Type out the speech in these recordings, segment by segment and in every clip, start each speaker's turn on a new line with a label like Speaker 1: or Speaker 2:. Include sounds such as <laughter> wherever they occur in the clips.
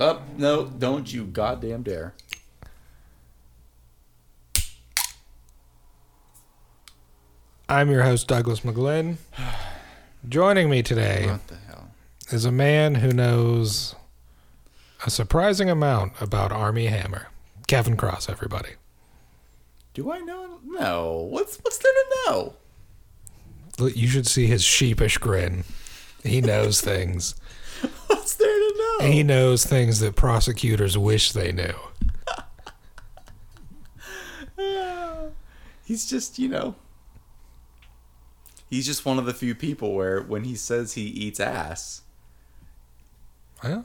Speaker 1: Up, no, don't you goddamn dare.
Speaker 2: I'm your host, Douglas McGlynn. Joining me today
Speaker 1: What the hell?
Speaker 2: is a man who knows a surprising amount about Army Hammer. Kevin Cross, everybody.
Speaker 1: Do I know? No. What's what's there to know?
Speaker 2: Look, You should see his sheepish grin. He knows <laughs> things.
Speaker 1: What's there to know?
Speaker 2: He knows things that prosecutors wish they knew.
Speaker 1: He's just, you know. He's just one of the few people where when he says he eats ass,
Speaker 2: Well,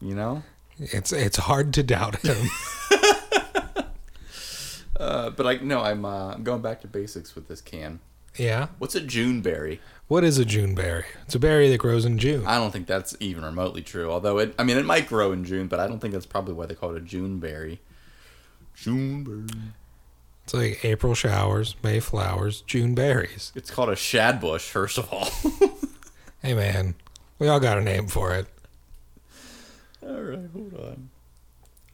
Speaker 1: you know?
Speaker 2: it's it's hard to doubt him. <laughs>
Speaker 1: Uh, but I no, I'm uh, I'm going back to basics with this can.
Speaker 2: yeah.
Speaker 1: What's a Juneberry?
Speaker 2: What is a June berry? It's a berry that grows in June.
Speaker 1: I don't think that's even remotely true. Although it, I mean, it might grow in June, but I don't think that's probably why they call it a Juneberry. Juneberry.
Speaker 2: It's like April showers, May flowers, June berries.
Speaker 1: It's called a shad bush, first of all. <laughs>
Speaker 2: Hey man, we all got a name for it.
Speaker 1: all right, hold on.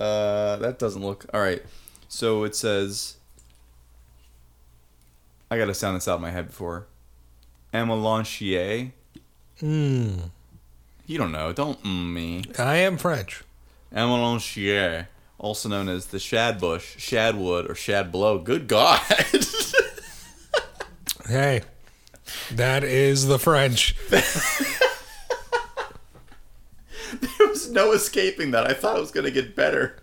Speaker 1: Uh, that doesn't look all right. So it says, I gotta sound this out in my head before. Amelanchier.
Speaker 2: Mm.
Speaker 1: You don't know. Don't mm me.
Speaker 2: I am French.
Speaker 1: Amelanchier, also known as the shad bush, shadwood, or shad blow. Good God. <laughs>
Speaker 2: Hey, that is the French. <laughs>
Speaker 1: there was no escaping that. I thought it was gonna get better.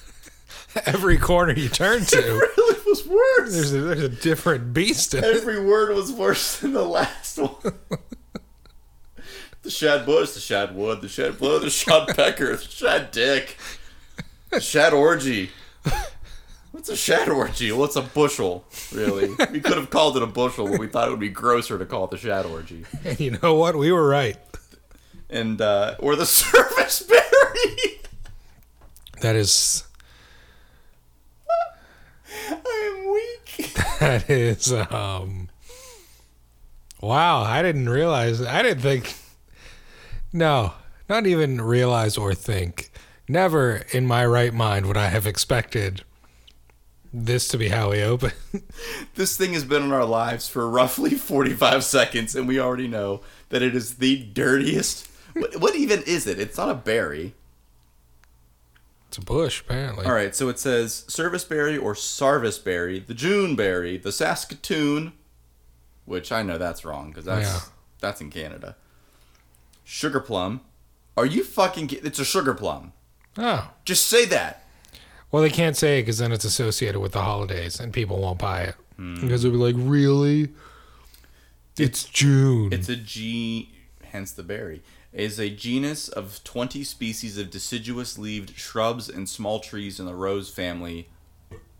Speaker 1: <laughs>
Speaker 2: Every corner you turn
Speaker 1: It <laughs>
Speaker 2: to,
Speaker 1: really was worse.
Speaker 2: there's a, there's a different beast <laughs> in it.
Speaker 1: Every word was worse than the last one. the shad bush, the shad wood, the shad blow, the shad pecker, the shad dick, the shad orgy. What's a shad orgy? Well, it's a bushel, really. We could have called it a bushel, but we thought it would be grosser to call it the shad orgy.
Speaker 2: And you know what? We were right.
Speaker 1: And, uh, or the <laughs> service berry.
Speaker 2: That is <laughs>
Speaker 1: I am weak.
Speaker 2: that is um. Wow, I didn't realize. I didn't think. No, not even realize or think. Never in my right mind would I have expected this to be how we open. <laughs>
Speaker 1: This thing has been in our lives for roughly <laughs> 45 seconds, and we already know that it is the dirtiest. What, what even is it? It's not a berry.
Speaker 2: it's a bush, apparently.
Speaker 1: All right, so it says serviceberry or sarvisberry, the Juneberry, the Saskatoon, which I know that's wrong because that's
Speaker 2: Yeah.
Speaker 1: that's in Canada. Sugar plum. Are you fucking? ki- It's a sugar plum.
Speaker 2: Oh.
Speaker 1: Just say that.
Speaker 2: Well, they can't say it because then it's associated with the holidays and people won't buy it. Because they'll be like, really? It's June.
Speaker 1: It's a G, hence the berry, is a genus of 20 species of deciduous leaved shrubs and small trees in the rose family,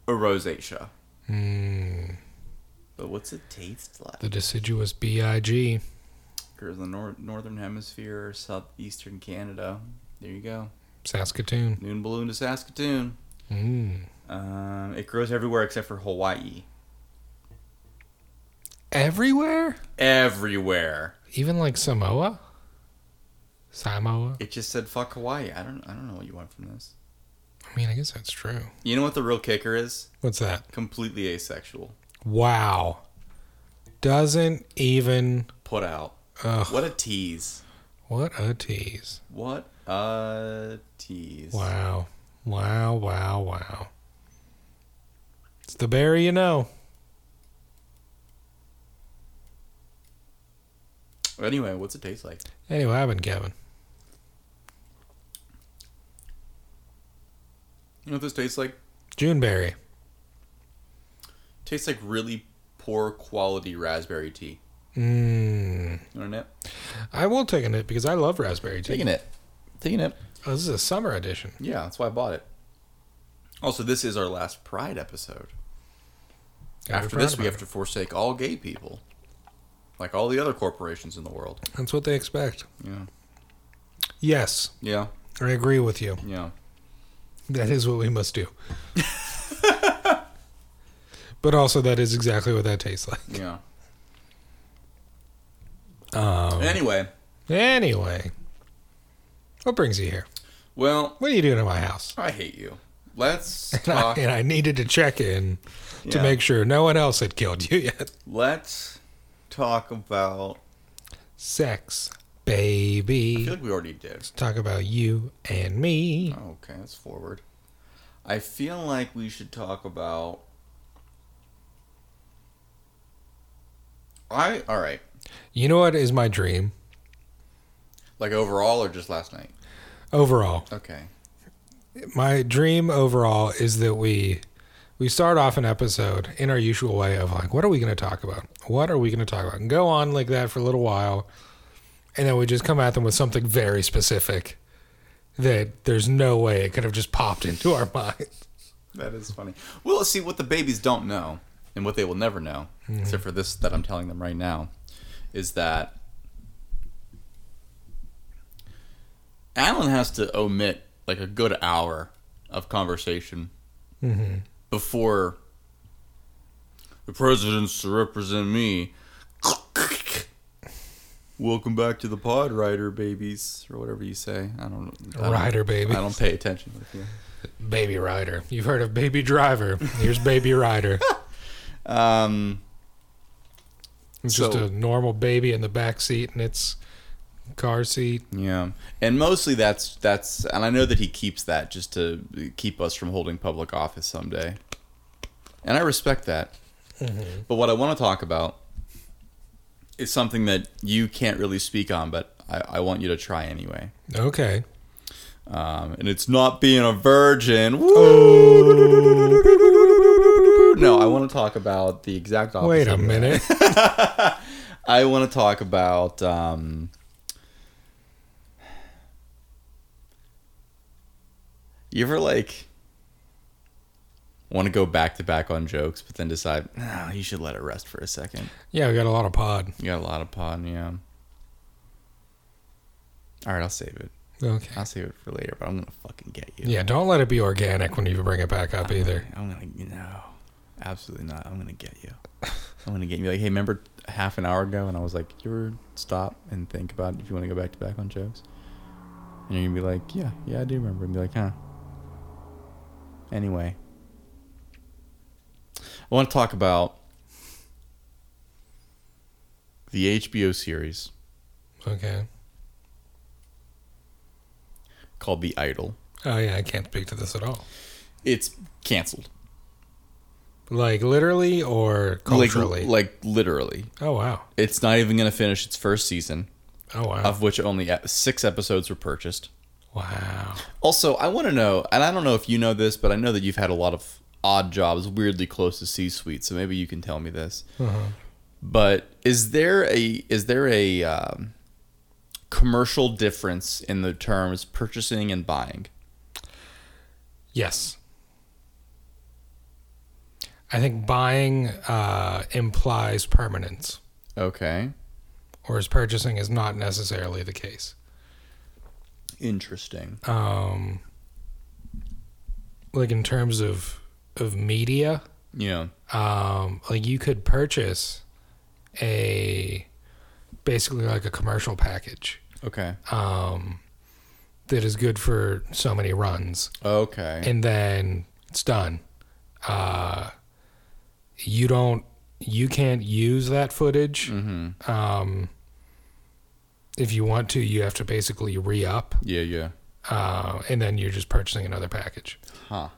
Speaker 1: or rosacea. But what's it taste like?
Speaker 2: the deciduous BIG.
Speaker 1: Or in the nor- northern hemisphere or southeastern Canada. There you go.
Speaker 2: Saskatoon.
Speaker 1: Noon balloon to Saskatoon.
Speaker 2: Mm.
Speaker 1: Um, it grows everywhere except for Hawaii.
Speaker 2: Everywhere?
Speaker 1: Everywhere.
Speaker 2: Even like Samoa? Samoa?
Speaker 1: It just said fuck Hawaii. I don't. I don't know what you want from this.
Speaker 2: I mean, I guess that's true.
Speaker 1: You know what the real kicker is?
Speaker 2: What's that?
Speaker 1: Completely asexual.
Speaker 2: Wow. Doesn't even.
Speaker 1: Put out.
Speaker 2: Ugh,
Speaker 1: What a tease.
Speaker 2: what a tease.
Speaker 1: What a tease.
Speaker 2: Wow. Wow, wow, wow. It's the berry you know.
Speaker 1: Anyway, what's it taste like?
Speaker 2: Anyway, I've been Kevin.
Speaker 1: You know what this tastes like?
Speaker 2: Juneberry.
Speaker 1: Tastes like really poor quality raspberry tea.
Speaker 2: Mm.
Speaker 1: You know what
Speaker 2: I will take a nip because I love raspberry tea.
Speaker 1: Taking it. Taking it.
Speaker 2: Oh, this is a summer edition.
Speaker 1: Yeah, that's why I bought it. Also, this is our last Pride episode.
Speaker 2: Yeah, I
Speaker 1: After
Speaker 2: forgot
Speaker 1: this, we
Speaker 2: about
Speaker 1: have to forsake all gay people, like all the other corporations in the world.
Speaker 2: it. That's what they expect.
Speaker 1: Yeah.
Speaker 2: Yes,
Speaker 1: Yeah.
Speaker 2: I agree with you.
Speaker 1: Yeah.
Speaker 2: That is what we
Speaker 1: <laughs>
Speaker 2: must do. but also, that is exactly what that tastes like.
Speaker 1: Yeah.
Speaker 2: Um,
Speaker 1: Anyway,
Speaker 2: anyway, what brings you here?
Speaker 1: Well,
Speaker 2: What are you doing at my house?
Speaker 1: I hate you. Let's
Speaker 2: <laughs> And I,
Speaker 1: talk.
Speaker 2: and I needed to check in to
Speaker 1: Yeah.
Speaker 2: make sure no one else had killed you yet.
Speaker 1: Let's talk about.
Speaker 2: Sex,
Speaker 1: I
Speaker 2: baby.
Speaker 1: feel like we already did.
Speaker 2: Talk about you and me.
Speaker 1: Oh, okay, that's forward. I feel like we should talk about. I all right.
Speaker 2: You know what is my dream
Speaker 1: Like overall, or just last night?
Speaker 2: overall?
Speaker 1: Okay.
Speaker 2: My dream overall is that we we start off an episode in our usual way of like, what are we going to talk about? What are we going to talk about? And go on like that for a little while, and then we just come at them with something very specific that there's no way it could have just popped into our <laughs> mind.
Speaker 1: That is funny. Well, see what the babies don't know, and what they will never know, except for this that I'm telling them right now, is that Alan has to omit like a good hour of conversation before the president's to represent me. Welcome back to the pod, writer babies, or whatever you say. I don't. I don't-
Speaker 2: Rider
Speaker 1: I
Speaker 2: baby,
Speaker 1: don't pay attention with you.
Speaker 2: baby rider. You've heard of baby driver. Here's baby rider.
Speaker 1: <laughs> Um.
Speaker 2: It's just
Speaker 1: So-
Speaker 2: a normal baby in the back seat and its car seat.
Speaker 1: Yeah, and mostly that's that's, and I know that he keeps that just to keep us from holding public office someday, and I respect that. But what I want to talk about is something that you can't really speak on, but I, I want you to try anyway.
Speaker 2: Okay.
Speaker 1: Um, and it's not being a virgin. Woo! No, I want to talk about the exact opposite.
Speaker 2: Wait a
Speaker 1: of that.
Speaker 2: minute.
Speaker 1: I want to talk about um, you ever like want to go back to back on jokes, but then decide "Ah, you should let it rest for a second.
Speaker 2: yeah, we got a lot of pod.
Speaker 1: You got a lot of pod, yeah. All right, I'll save it.
Speaker 2: Okay.
Speaker 1: I'll save it for later, but I'm gonna fucking get you.
Speaker 2: Yeah, don't let it be organic when you bring it back
Speaker 1: Uh-huh.
Speaker 2: up either.
Speaker 1: I'm gonna no, absolutely not. I'm gonna get you. I'm gonna get you. Like, hey, remember half an hour ago, and I was like, you ever stop and think about if you want to go back to back on jokes? And you're gonna be like, yeah, yeah, I do remember, and be like, huh. Anyway, I want to talk about the HBO series
Speaker 2: Okay.
Speaker 1: called The Idol.
Speaker 2: Oh yeah, I can't speak to this at all.
Speaker 1: It's canceled,
Speaker 2: Like literally or
Speaker 1: Like-
Speaker 2: culturally.
Speaker 1: like literally.
Speaker 2: oh wow.
Speaker 1: It's not even gonna finish its first season.
Speaker 2: Oh wow.
Speaker 1: of which only e- six episodes were purchased.
Speaker 2: wow.
Speaker 1: Also, I want to know, and I don't know if you know this, but I know that you've had a lot of odd jobs weirdly close to C-suite, so maybe you can tell me this. But is there a is there a um, commercial difference in the terms purchasing and buying?
Speaker 2: Yes. I think buying uh, implies permanence,
Speaker 1: Okay,
Speaker 2: whereas purchasing is not necessarily the case.
Speaker 1: interesting.
Speaker 2: Um, like in terms of of media,
Speaker 1: Yeah,
Speaker 2: um, like you could purchase a basically like a commercial package
Speaker 1: okay,
Speaker 2: um, that is good for so many runs,
Speaker 1: okay,
Speaker 2: and then it's done. Uh, you don't, you can't use that footage.
Speaker 1: mm-hmm.
Speaker 2: Um, if you want to, you have to basically re up,
Speaker 1: yeah, yeah,
Speaker 2: uh, and then you're just purchasing another package
Speaker 1: huh,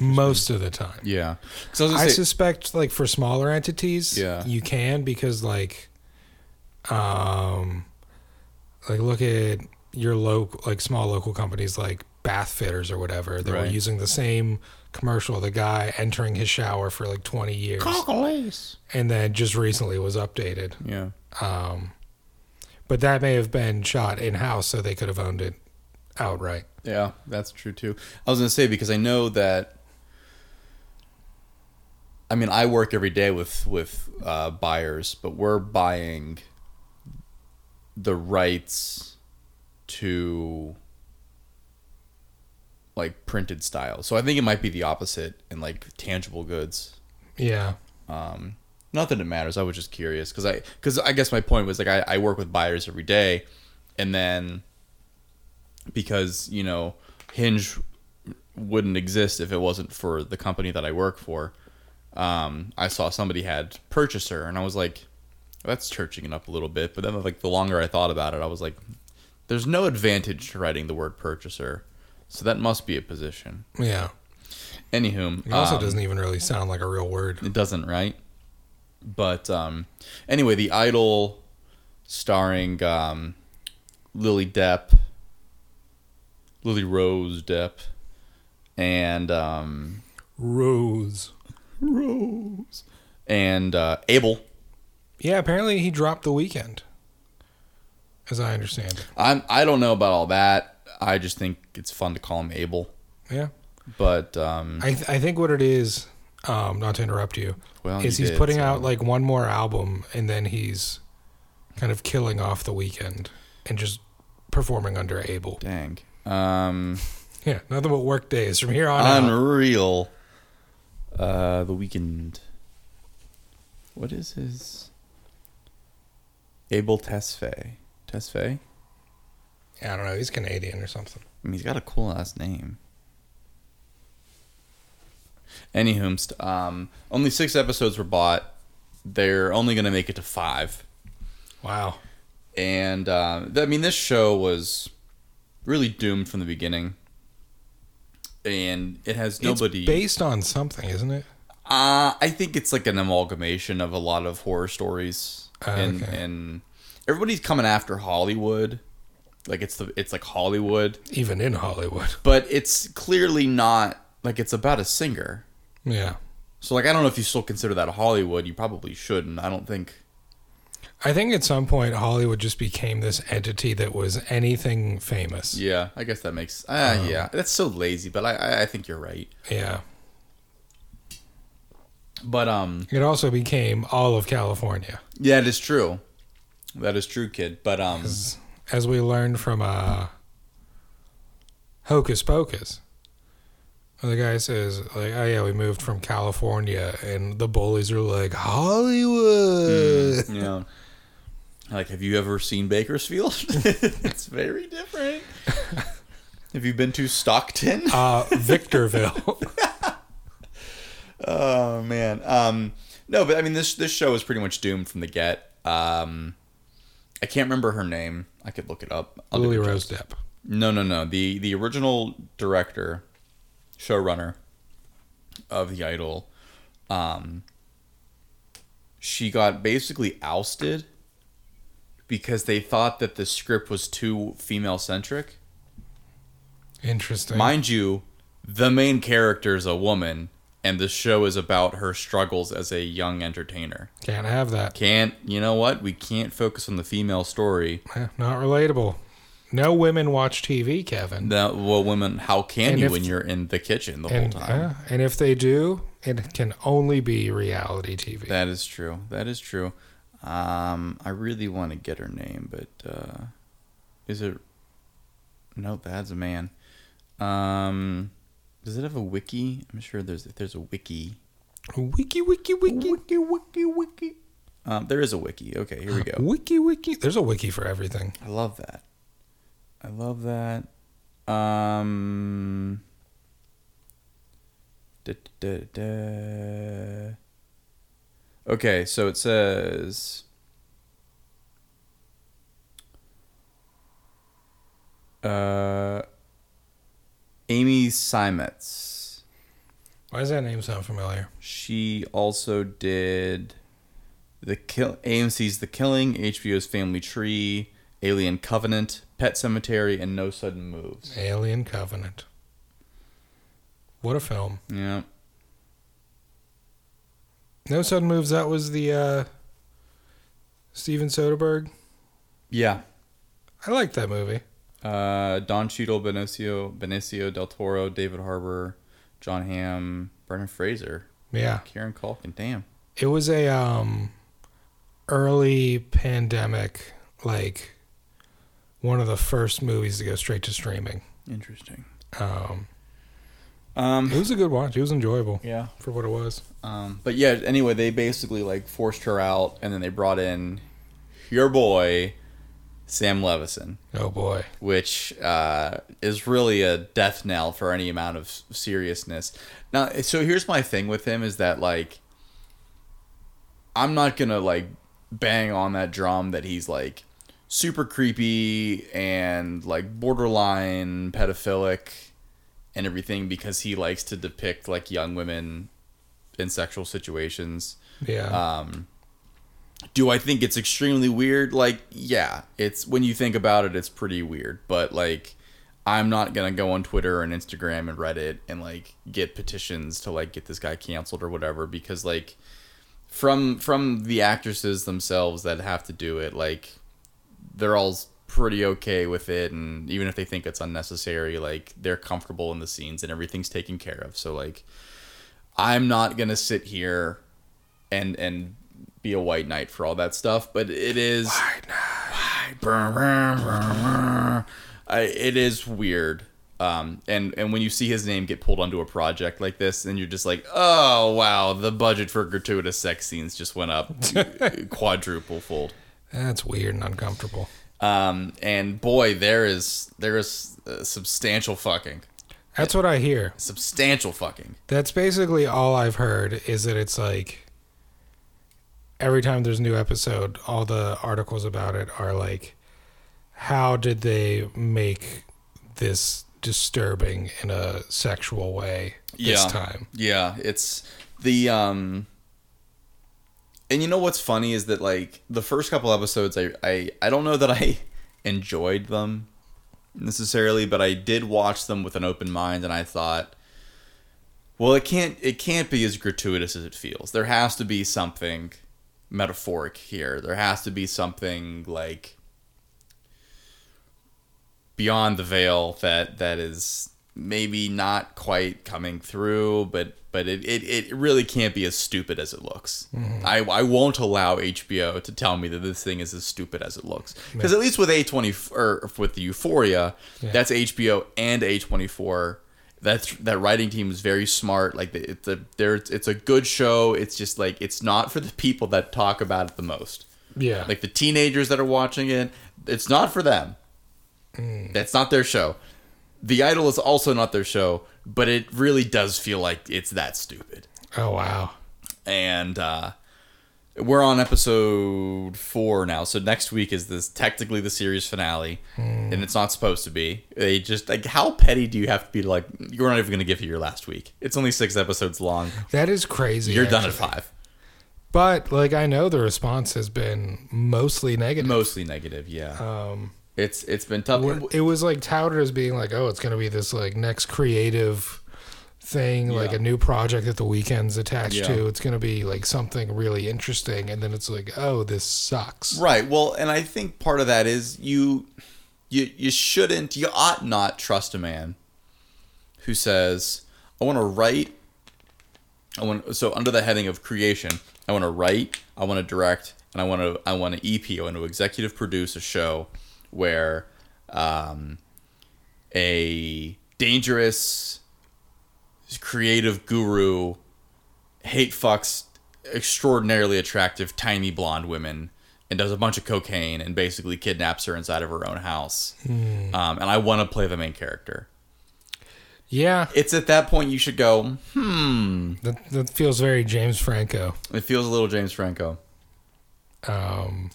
Speaker 2: most of the time.
Speaker 1: yeah. 'Cause I was gonna
Speaker 2: I
Speaker 1: say-
Speaker 2: suspect like for smaller entities,
Speaker 1: Yeah.
Speaker 2: you can because like, um, like look at your local like small local companies like bath fitters or whatever. They were
Speaker 1: Right.
Speaker 2: using the same commercial, the guy entering his shower for like twenty years, and then just recently was updated.
Speaker 1: yeah,
Speaker 2: Um, but that may have been shot in house, so they could have owned it outright.
Speaker 1: Yeah, that's true too. I was gonna say because I know that. I mean, I work every day with with uh, buyers, but we're buying the rights to like printed style. So I think it might be the opposite in like tangible goods.
Speaker 2: Yeah,
Speaker 1: Um, not that it matters. I was just curious because I because I guess my point was like I, I work with buyers every day, and then because you know Hinge wouldn't exist if it wasn't for the company that I work for. Um, I saw somebody had purchaser, and I was like, "That's churching it up a little bit." But then, like the longer I thought about it, I was like, "There's no advantage to writing the word purchaser, so that must be a position."
Speaker 2: Yeah.
Speaker 1: Anywho,
Speaker 2: It also
Speaker 1: um,
Speaker 2: doesn't even really sound like a real word.
Speaker 1: it doesn't, right? But um, anyway, the Idol, starring um, Lily Depp, Lily Rose Depp, and um,
Speaker 2: Rose.
Speaker 1: Rose and uh, Abel.
Speaker 2: Yeah, apparently he dropped the weekend, as I understand it.
Speaker 1: I'm I don't know about all that. I just think it's fun to call him Abel.
Speaker 2: Yeah.
Speaker 1: But um,
Speaker 2: I, th- I think what it is, um, not to interrupt you,
Speaker 1: well,
Speaker 2: is
Speaker 1: you
Speaker 2: he's
Speaker 1: did,
Speaker 2: putting
Speaker 1: so-
Speaker 2: out like one more album and then he's kind of killing off the weekend and just performing under Abel.
Speaker 1: Dang. Um,
Speaker 2: Yeah, nothing but work days from here on out.
Speaker 1: unreal. Uh, the weekend. What is his? Abel Tesfaye. Tesfaye.
Speaker 2: Yeah, I don't know. He's Canadian or something.
Speaker 1: I mean, he's got a cool ass name. Anywho, st- um, only six episodes were bought. They're only going to make it to five.
Speaker 2: Wow.
Speaker 1: and um, th- I mean this show was really doomed from the beginning, and it has nobody.
Speaker 2: It's based on something, isn't it?
Speaker 1: uh, I think it's like an amalgamation of a lot of horror stories,
Speaker 2: Oh,
Speaker 1: and
Speaker 2: okay.
Speaker 1: and everybody's coming after Hollywood, like it's the it's like Hollywood,
Speaker 2: Even in Hollywood. <laughs>
Speaker 1: but it's clearly not like it's about a singer.
Speaker 2: Yeah.
Speaker 1: So like I don't know if you still consider that Hollywood. You probably shouldn't. I don't think.
Speaker 2: I think at some point Hollywood just became this entity that was anything famous.
Speaker 1: Yeah, I guess that makes. Ah,
Speaker 2: Oh.
Speaker 1: yeah, that's so lazy. But I- I I think you're right.
Speaker 2: Yeah.
Speaker 1: But um,
Speaker 2: It also became all of California.
Speaker 1: Yeah, it is true. That is true, kid. But um,
Speaker 2: As we learned from uh Hocus Pocus. And the guy says, like, oh yeah, we moved from California and the bullies are like, Hollywood
Speaker 1: you know, like, have you ever seen Bakersfield? <laughs> it's very different. have you been to Stockton?
Speaker 2: Uh
Speaker 1: <laughs>
Speaker 2: Victorville.
Speaker 1: Oh man. Um, no, but I mean, this this show is pretty much doomed from the get. Um, I can't remember her name. I could look it up. I'll do
Speaker 2: Lily
Speaker 1: it.
Speaker 2: Rose Depp.
Speaker 1: No, no, no. The the original director, showrunner of the Idol, um, she got basically ousted because they thought that the script was too female centric.
Speaker 2: Interesting.
Speaker 1: Mind you, the main character is a woman, and the show is about her struggles as a young entertainer.
Speaker 2: Can't have that.
Speaker 1: Can't you know what? We can't focus on the female story.
Speaker 2: Eh, Not relatable. No women watch TV, Kevin.
Speaker 1: That well, women, how can
Speaker 2: And
Speaker 1: you
Speaker 2: if-
Speaker 1: when you're in the kitchen the
Speaker 2: and,
Speaker 1: whole time?
Speaker 2: uh, and if they do, it can only be reality TV.
Speaker 1: That is true. That is true. Um, I really want to get her name, but uh, is it? No, that's a man. Um, does it have a wiki? I'm sure there's if there's a wiki.
Speaker 2: Wiki, wiki, wiki, wiki, wiki, wiki,
Speaker 1: Um, there is a wiki. Okay, here we
Speaker 2: <gasps>
Speaker 1: go.
Speaker 2: wiki, wiki. There's a wiki for everything.
Speaker 1: I love that. I love that. Um. da, da, da, da. Okay, so it says. Uh, Amy Simets.
Speaker 2: Why does that name sound familiar?
Speaker 1: She also did the kill AMC's The Killing, HBO's Family Tree, Alien Covenant, Pet Cemetery, and No Sudden Moves.
Speaker 2: Alien Covenant. What a film.
Speaker 1: Yeah.
Speaker 2: No sudden moves. That was the uh, Steven Soderbergh.
Speaker 1: Yeah.
Speaker 2: I like that movie.
Speaker 1: Uh, Don Cheadle, Benicio, Benicio del Toro, David Harbour, John Hamm, Brendan Fraser,
Speaker 2: Yeah,
Speaker 1: Karen Culkin. Damn.
Speaker 2: it was a um, early pandemic, like one of the first movies to go straight to streaming.
Speaker 1: Interesting.
Speaker 2: Um, it
Speaker 1: Um.
Speaker 2: was a good watch. It was enjoyable
Speaker 1: Yeah.
Speaker 2: for what it was.
Speaker 1: Um. But yeah. Anyway, they basically like forced her out, and then they brought in your boy, Sam Levison,
Speaker 2: Oh boy.
Speaker 1: which uh, is really a death knell for any amount of seriousness. Now, so here's my thing with him is that like, I'm not gonna like bang on that drum that he's like super creepy and like borderline pedophilic and everything because he likes to depict like young women in sexual situations.
Speaker 2: Yeah.
Speaker 1: Um, do I think it's extremely weird? Like, yeah, it's when you think about it, it's pretty weird. But like, I'm not gonna go on Twitter and Instagram and Reddit and like get petitions to like get this guy canceled or whatever because like from from the actresses themselves that have to do it, like they're all pretty okay with it and even if they think it's unnecessary like they're comfortable in the scenes and everything's taken care of so like i'm not gonna sit here and and be a white knight for all that stuff. But it is I, it is weird. Um, and and when you see his name get pulled onto a project like this, and you're just like, oh wow, the budget for gratuitous sex scenes just went up quadruple fold.
Speaker 2: That's weird and uncomfortable.
Speaker 1: Um, and boy, there is there is uh, substantial fucking,
Speaker 2: That's what I hear.
Speaker 1: substantial fucking.
Speaker 2: That's basically all I've heard is that it's like every time there's a new episode, all the articles about it are like, how did they make this disturbing in a sexual way this
Speaker 1: yeah.
Speaker 2: time?
Speaker 1: Yeah, it's the um and you know what's funny is that like the first couple episodes I I, I don't know that I <laughs> enjoyed them necessarily, but I did watch them with an open mind and I thought well, it can't it can't be as gratuitous as it feels. There has to be something metaphoric here. There has to be something like beyond the veil that that is maybe not quite coming through but but it, it, it really can't be as stupid as it looks I, I won't allow hbo to tell me that this thing is as stupid as it looks because at least with a20 or with the euphoria that's hbo and a24 that's that writing team is very smart like it's a there it's a good show it's just like it's not for the people that talk about it the most
Speaker 2: Yeah.
Speaker 1: like the teenagers that are watching it it's not for them
Speaker 2: Mm.
Speaker 1: that's not their show the idol is also not their show but it really does feel like it's that stupid
Speaker 2: oh, wow.
Speaker 1: and uh we're on episode four now, so next week is this technically the series finale,
Speaker 2: Mm.
Speaker 1: and it's not supposed to be. They just like how petty do you have to be? To, like you're not even going to give it your last week. It's only six episodes long.
Speaker 2: That is crazy.
Speaker 1: You're done
Speaker 2: actually.
Speaker 1: at five.
Speaker 2: But like I know the response has been mostly negative.
Speaker 1: Mostly negative. Yeah.
Speaker 2: Um,
Speaker 1: it's it's been tough.
Speaker 2: When- it was like touted as being like, oh, it's gonna be this like next creative thing, like
Speaker 1: Yeah.
Speaker 2: a new project that the weekend's attached
Speaker 1: Yeah.
Speaker 2: to. It's gonna be like something really interesting, and then it's like, oh, this sucks.
Speaker 1: Right. Well, and I think part of that is you you you shouldn't you ought not trust a man who says, "I want to write I want so under the heading of creation, I want to write, I want to direct, and I want to I want to EP, I want to executive produce a show where um, a dangerous creative guru hate fucks extraordinarily attractive tiny blonde women and does a bunch of cocaine and basically kidnaps her inside of her own house. Um, and I want to play the main character.
Speaker 2: Yeah,
Speaker 1: It's at that point you should go,
Speaker 2: that, that feels very James Franco.
Speaker 1: It feels a little James Franco,
Speaker 2: Um,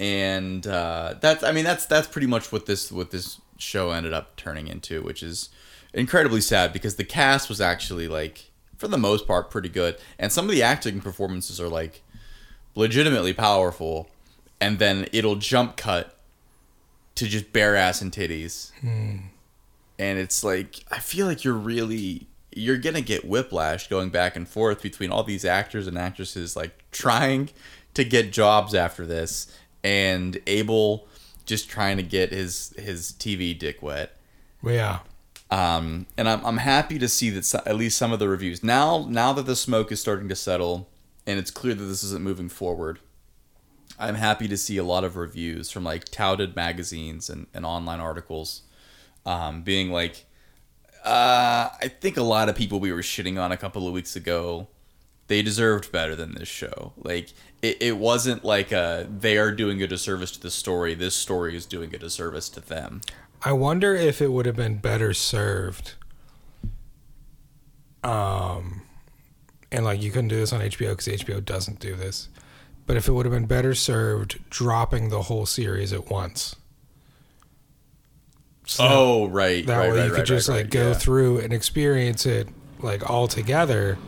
Speaker 1: and uh, that's I mean that's that's pretty much what this what this show ended up turning into, which is incredibly sad because the cast was actually like for the most part pretty good, and some of the acting performances are like legitimately powerful, and then it'll jump cut to just bare ass and titties, and it's like I feel like you're really you're gonna get whiplash going back and forth between all these actors and actresses like trying to get jobs after this and Abel just trying to get his his TV dick wet.
Speaker 2: yeah,
Speaker 1: Um, and I'm, I'm happy to see that so, at least some of the reviews now now that the smoke is starting to settle and it's clear that this isn't moving forward. I'm happy to see a lot of reviews from like touted magazines and, and online articles um, being like, uh, I think a lot of people we were shitting on a couple of weeks ago they deserved better than this show. Like it, it wasn't like a they are doing a disservice to the story. This story is doing a disservice to them.
Speaker 2: I wonder if it would have been better served. Um, and like you couldn't do this on HBO because HBO doesn't do this. But if it would have been better served dropping the whole series at once. So
Speaker 1: oh right,
Speaker 2: that
Speaker 1: right,
Speaker 2: way
Speaker 1: right,
Speaker 2: you
Speaker 1: right,
Speaker 2: could just
Speaker 1: right,
Speaker 2: like
Speaker 1: right,
Speaker 2: go
Speaker 1: yeah.
Speaker 2: through and experience it like all together.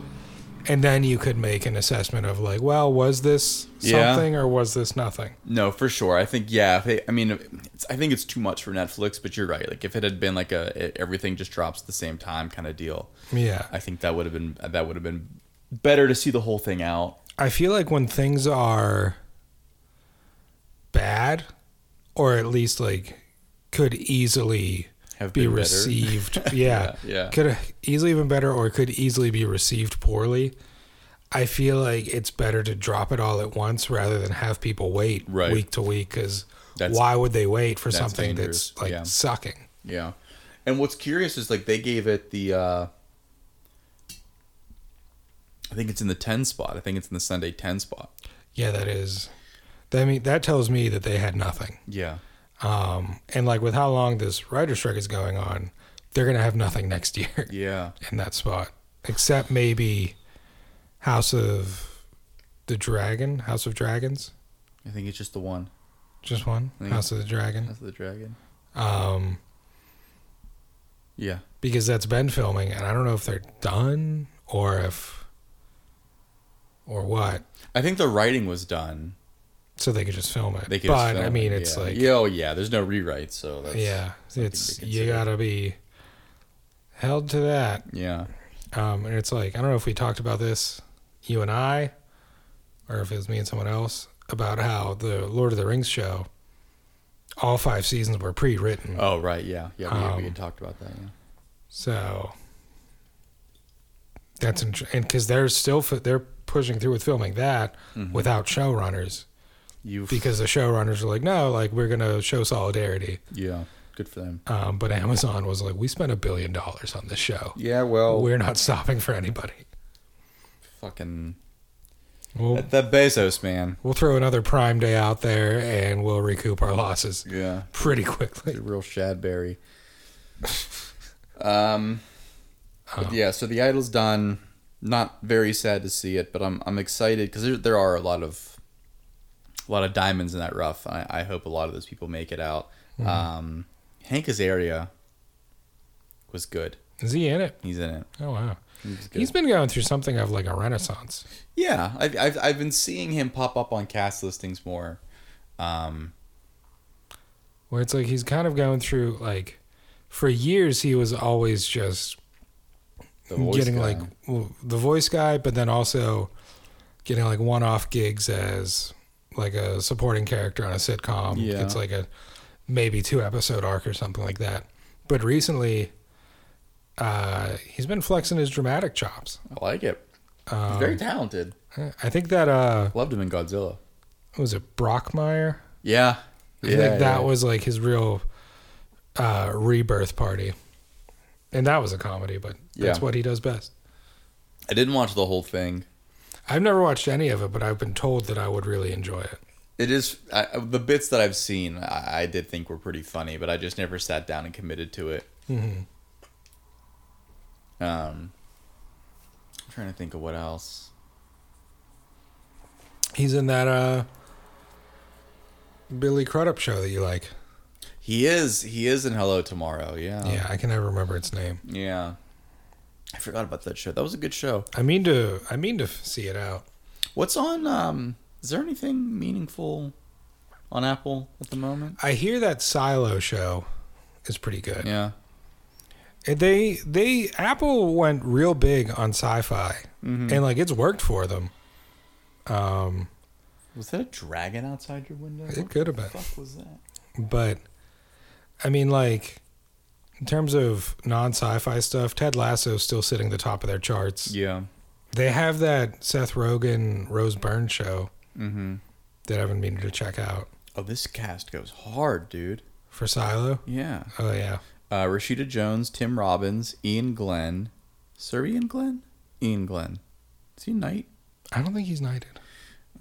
Speaker 2: And then you could make an assessment of like, well, was this
Speaker 1: Yeah.
Speaker 2: something or was this nothing?
Speaker 1: No, for sure. I think yeah. If they, I mean, it's, I think it's too much for Netflix, but you're right. Like if it had been like a it- everything just drops at the same time kind of deal,
Speaker 2: Yeah.
Speaker 1: I think that would have been that would have been better to see the whole thing out.
Speaker 2: I feel like when things are bad, or at least like could easily
Speaker 1: Have
Speaker 2: be
Speaker 1: been better. <laughs>
Speaker 2: received, yeah,
Speaker 1: yeah.
Speaker 2: could have easily been better, or could easily be received poorly. I feel like it's better to drop it all at once rather than have people wait
Speaker 1: Right.
Speaker 2: week to week. Because
Speaker 1: That's-
Speaker 2: why would they wait for
Speaker 1: that's
Speaker 2: something
Speaker 1: dangerous,
Speaker 2: that's like
Speaker 1: yeah.
Speaker 2: sucking?
Speaker 1: Yeah. And what's curious is like they gave it the uh I think it's in the 10 spot. I think it's in the Sunday 10 spot.
Speaker 2: Yeah, that is. I mean, that tells me that they had nothing.
Speaker 1: Yeah.
Speaker 2: Um, and like with how long this writer strike is going on, they're gonna have nothing next <laughs> year.
Speaker 1: Yeah.
Speaker 2: in that spot, except maybe House of the Dragon, House of Dragons,
Speaker 1: I think it's just the one.
Speaker 2: just one
Speaker 1: Mm.
Speaker 2: House of the Dragon,
Speaker 1: That's the dragon.
Speaker 2: um,
Speaker 1: Yeah.
Speaker 2: because that's been filming, and I don't know if they're done or if or what,
Speaker 1: I think the writing was done.
Speaker 2: so they could just film it.
Speaker 1: They could
Speaker 2: but
Speaker 1: just film
Speaker 2: I mean,
Speaker 1: it,
Speaker 2: it's
Speaker 1: yeah.
Speaker 2: like
Speaker 1: Yeah, oh yeah, there's no rewrite, so that's
Speaker 2: yeah,
Speaker 1: something
Speaker 2: it's
Speaker 1: to
Speaker 2: you
Speaker 1: consider.
Speaker 2: gotta be held to that.
Speaker 1: Yeah.
Speaker 2: Um, and it's like, I don't know if we talked about this, you and I, or if it was me and someone else, about how the Lord of the Rings show, all five seasons were pre written.
Speaker 1: Oh right, yeah. Yeah, we, we
Speaker 2: Um,
Speaker 1: had talked about that, yeah.
Speaker 2: So that's, int- and because they're still, fi- they're pushing through with filming that without showrunners
Speaker 1: You
Speaker 2: because the showrunners are like, no, like we're going to show solidarity.
Speaker 1: Yeah. Good for them.
Speaker 2: Um, but Amazon was like, we spent a billion dollars on this show.
Speaker 1: Yeah, well,
Speaker 2: We're not <laughs> stopping for anybody.
Speaker 1: fucking
Speaker 2: We'll,
Speaker 1: that, that Bezos man.
Speaker 2: we'll throw another Prime Day out there and we'll recoup our losses
Speaker 1: Yeah.
Speaker 2: pretty
Speaker 1: The
Speaker 2: quickly.
Speaker 1: real
Speaker 2: <laughs>
Speaker 1: Shadberry. um,
Speaker 2: Uh.
Speaker 1: but yeah, so the idol's done. Not very sad to see it, but I'm I'm excited because there, there are a lot of a lot of diamonds in that rough. I, I hope a lot of those people make it out.
Speaker 2: Mm-hmm.
Speaker 1: Um, Hank Azaria was good.
Speaker 2: Is he in it?
Speaker 1: He's in it.
Speaker 2: Oh wow,
Speaker 1: He was good.
Speaker 2: he's been going through something of like a renaissance.
Speaker 1: Yeah, I've, I've I've been seeing him pop up on cast listings more. Um,
Speaker 2: where it's like he's kind of going through like for years he was always just
Speaker 1: the voice
Speaker 2: getting
Speaker 1: guy.
Speaker 2: like w- the voice guy, but then also getting like one-off gigs as like a supporting character on a sitcom.
Speaker 1: Yeah.
Speaker 2: It's like a maybe two episode arc or something like that. But recently, uh, he's been flexing his dramatic chops.
Speaker 1: I like it. He's
Speaker 2: um,
Speaker 1: very talented.
Speaker 2: I think that uh,
Speaker 1: Loved him in Godzilla.
Speaker 2: was it Brockmeyer.
Speaker 1: Yeah,
Speaker 2: I
Speaker 1: yeah,
Speaker 2: think
Speaker 1: yeah.
Speaker 2: that was like his real uh, rebirth party, and that was a comedy. But that's
Speaker 1: Yeah.
Speaker 2: what he does best.
Speaker 1: I didn't watch the whole thing.
Speaker 2: I've never watched any of it, but I've been told that I would really enjoy it.
Speaker 1: It is I, the bits that I've seen. I, I did think were pretty funny, but I just never sat down and committed to it.
Speaker 2: Mm-hmm.
Speaker 1: Um, I'm trying to think of what else.
Speaker 2: He's in that uh Billy Crudup show that you like.
Speaker 1: He is. He is in Hello Tomorrow. Yeah.
Speaker 2: Yeah, I can never remember its name.
Speaker 1: Yeah. I forgot about that show. That was a good show.
Speaker 2: I mean to I mean to f- see it out.
Speaker 1: What's on? Um, is there anything meaningful on Apple at the moment?
Speaker 2: I hear that Silo show is pretty good.
Speaker 1: Yeah.
Speaker 2: And They they Apple went real big on sci-fi
Speaker 1: Mm-hmm.
Speaker 2: and like it's worked for them. Um
Speaker 1: Was that a dragon outside your window?
Speaker 2: it could have
Speaker 1: What the
Speaker 2: been.
Speaker 1: fuck was that?
Speaker 2: But I mean like in terms of non-sci-fi stuff, Ted Lasso's still sitting the top of their charts.
Speaker 1: Yeah.
Speaker 2: They have that Seth Rogen Rose Byrne show
Speaker 1: Mm-hmm.
Speaker 2: that I've been meaning to check out
Speaker 1: Oh, this cast goes hard, dude.
Speaker 2: for Silo.
Speaker 1: Yeah.
Speaker 2: Oh yeah,
Speaker 1: Uh, Rashida Jones, Tim Robbins, Ian Glenn. Sir Ian Glenn? Ian Glenn. Is he knight?
Speaker 2: I don't think he's knighted.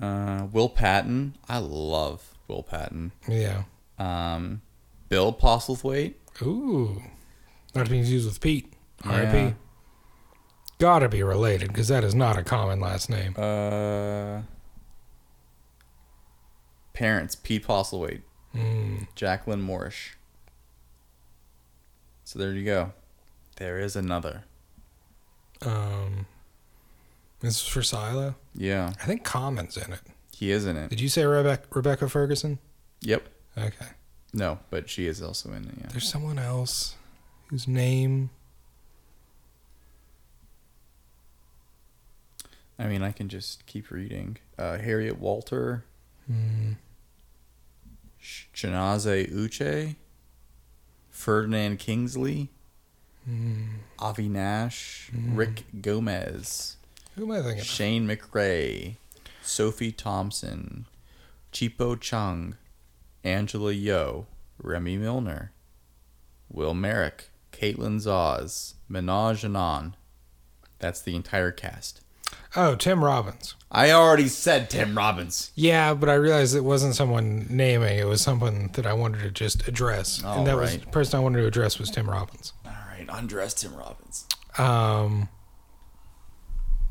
Speaker 1: Uh, Will Patton. I love Will Patton.
Speaker 2: Yeah.
Speaker 1: Um, Bill Postlethwaite.
Speaker 2: Ooh. Not being used with Pete. R.I.P.
Speaker 1: Yeah.
Speaker 2: Gotta be related because that is not a common last name.
Speaker 1: Uh, parents Pete Postlethwaite, Hmm.
Speaker 2: Mm.
Speaker 1: Jacqueline Morrish. So there you go. There is another.
Speaker 2: Um, this is for Silo.
Speaker 1: Yeah,
Speaker 2: I think Common's in it.
Speaker 1: he is in it.
Speaker 2: Did you say Rebe- Rebecca Ferguson?
Speaker 1: Yep.
Speaker 2: Okay.
Speaker 1: No, but she is also in it. Yeah.
Speaker 2: There's someone else whose name.
Speaker 1: I mean, I can just keep reading. Uh, Harriet Walter,
Speaker 2: Hmm.
Speaker 1: Shinaze Uche, Ferdinand Kingsley,
Speaker 2: Hmm.
Speaker 1: Avi Nash, Rick Gomez,
Speaker 2: Who am I thinking? of?
Speaker 1: Shane McRae, Sophie Thompson, Chipo Chung, Angela Yo, Remy Milner, Will Merrick, Caitlin Zaws, Minaj Anon. That's the entire cast.
Speaker 2: Oh, Tim Robbins.
Speaker 1: I already said Tim Robbins.
Speaker 2: Yeah, but I realized it wasn't someone naming. It was someone that I wanted to just address,
Speaker 1: All
Speaker 2: and that was
Speaker 1: right.
Speaker 2: the person I wanted to address was Tim Robbins.
Speaker 1: All right, undress Tim Robbins.
Speaker 2: Um,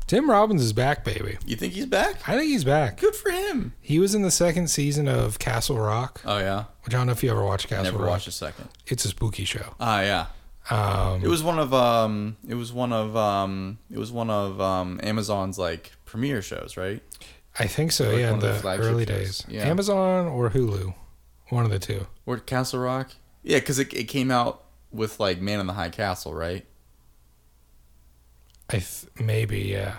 Speaker 2: Tim Robbins is back, baby.
Speaker 1: You think he's back?
Speaker 2: I think he's back.
Speaker 1: Good for him.
Speaker 2: He was in the second season of Castle Rock,
Speaker 1: Oh yeah,
Speaker 2: which I don't know if you ever watched Castle
Speaker 1: never
Speaker 2: Rock.
Speaker 1: watched a second.
Speaker 2: It's a spooky show.
Speaker 1: Ah yeah,
Speaker 2: Um,
Speaker 1: it was one of um, it was one of um, it was one of um, Amazon's like premiere shows, right?
Speaker 2: I think so.
Speaker 1: Like one
Speaker 2: yeah, in
Speaker 1: of the
Speaker 2: the
Speaker 1: flagship
Speaker 2: early
Speaker 1: shows.
Speaker 2: days,
Speaker 1: Yeah.
Speaker 2: Amazon or Hulu, one of the two.
Speaker 1: Or Castle Rock? Yeah, because it, it came out with like Man in the High Castle, right?
Speaker 2: I th- maybe yeah.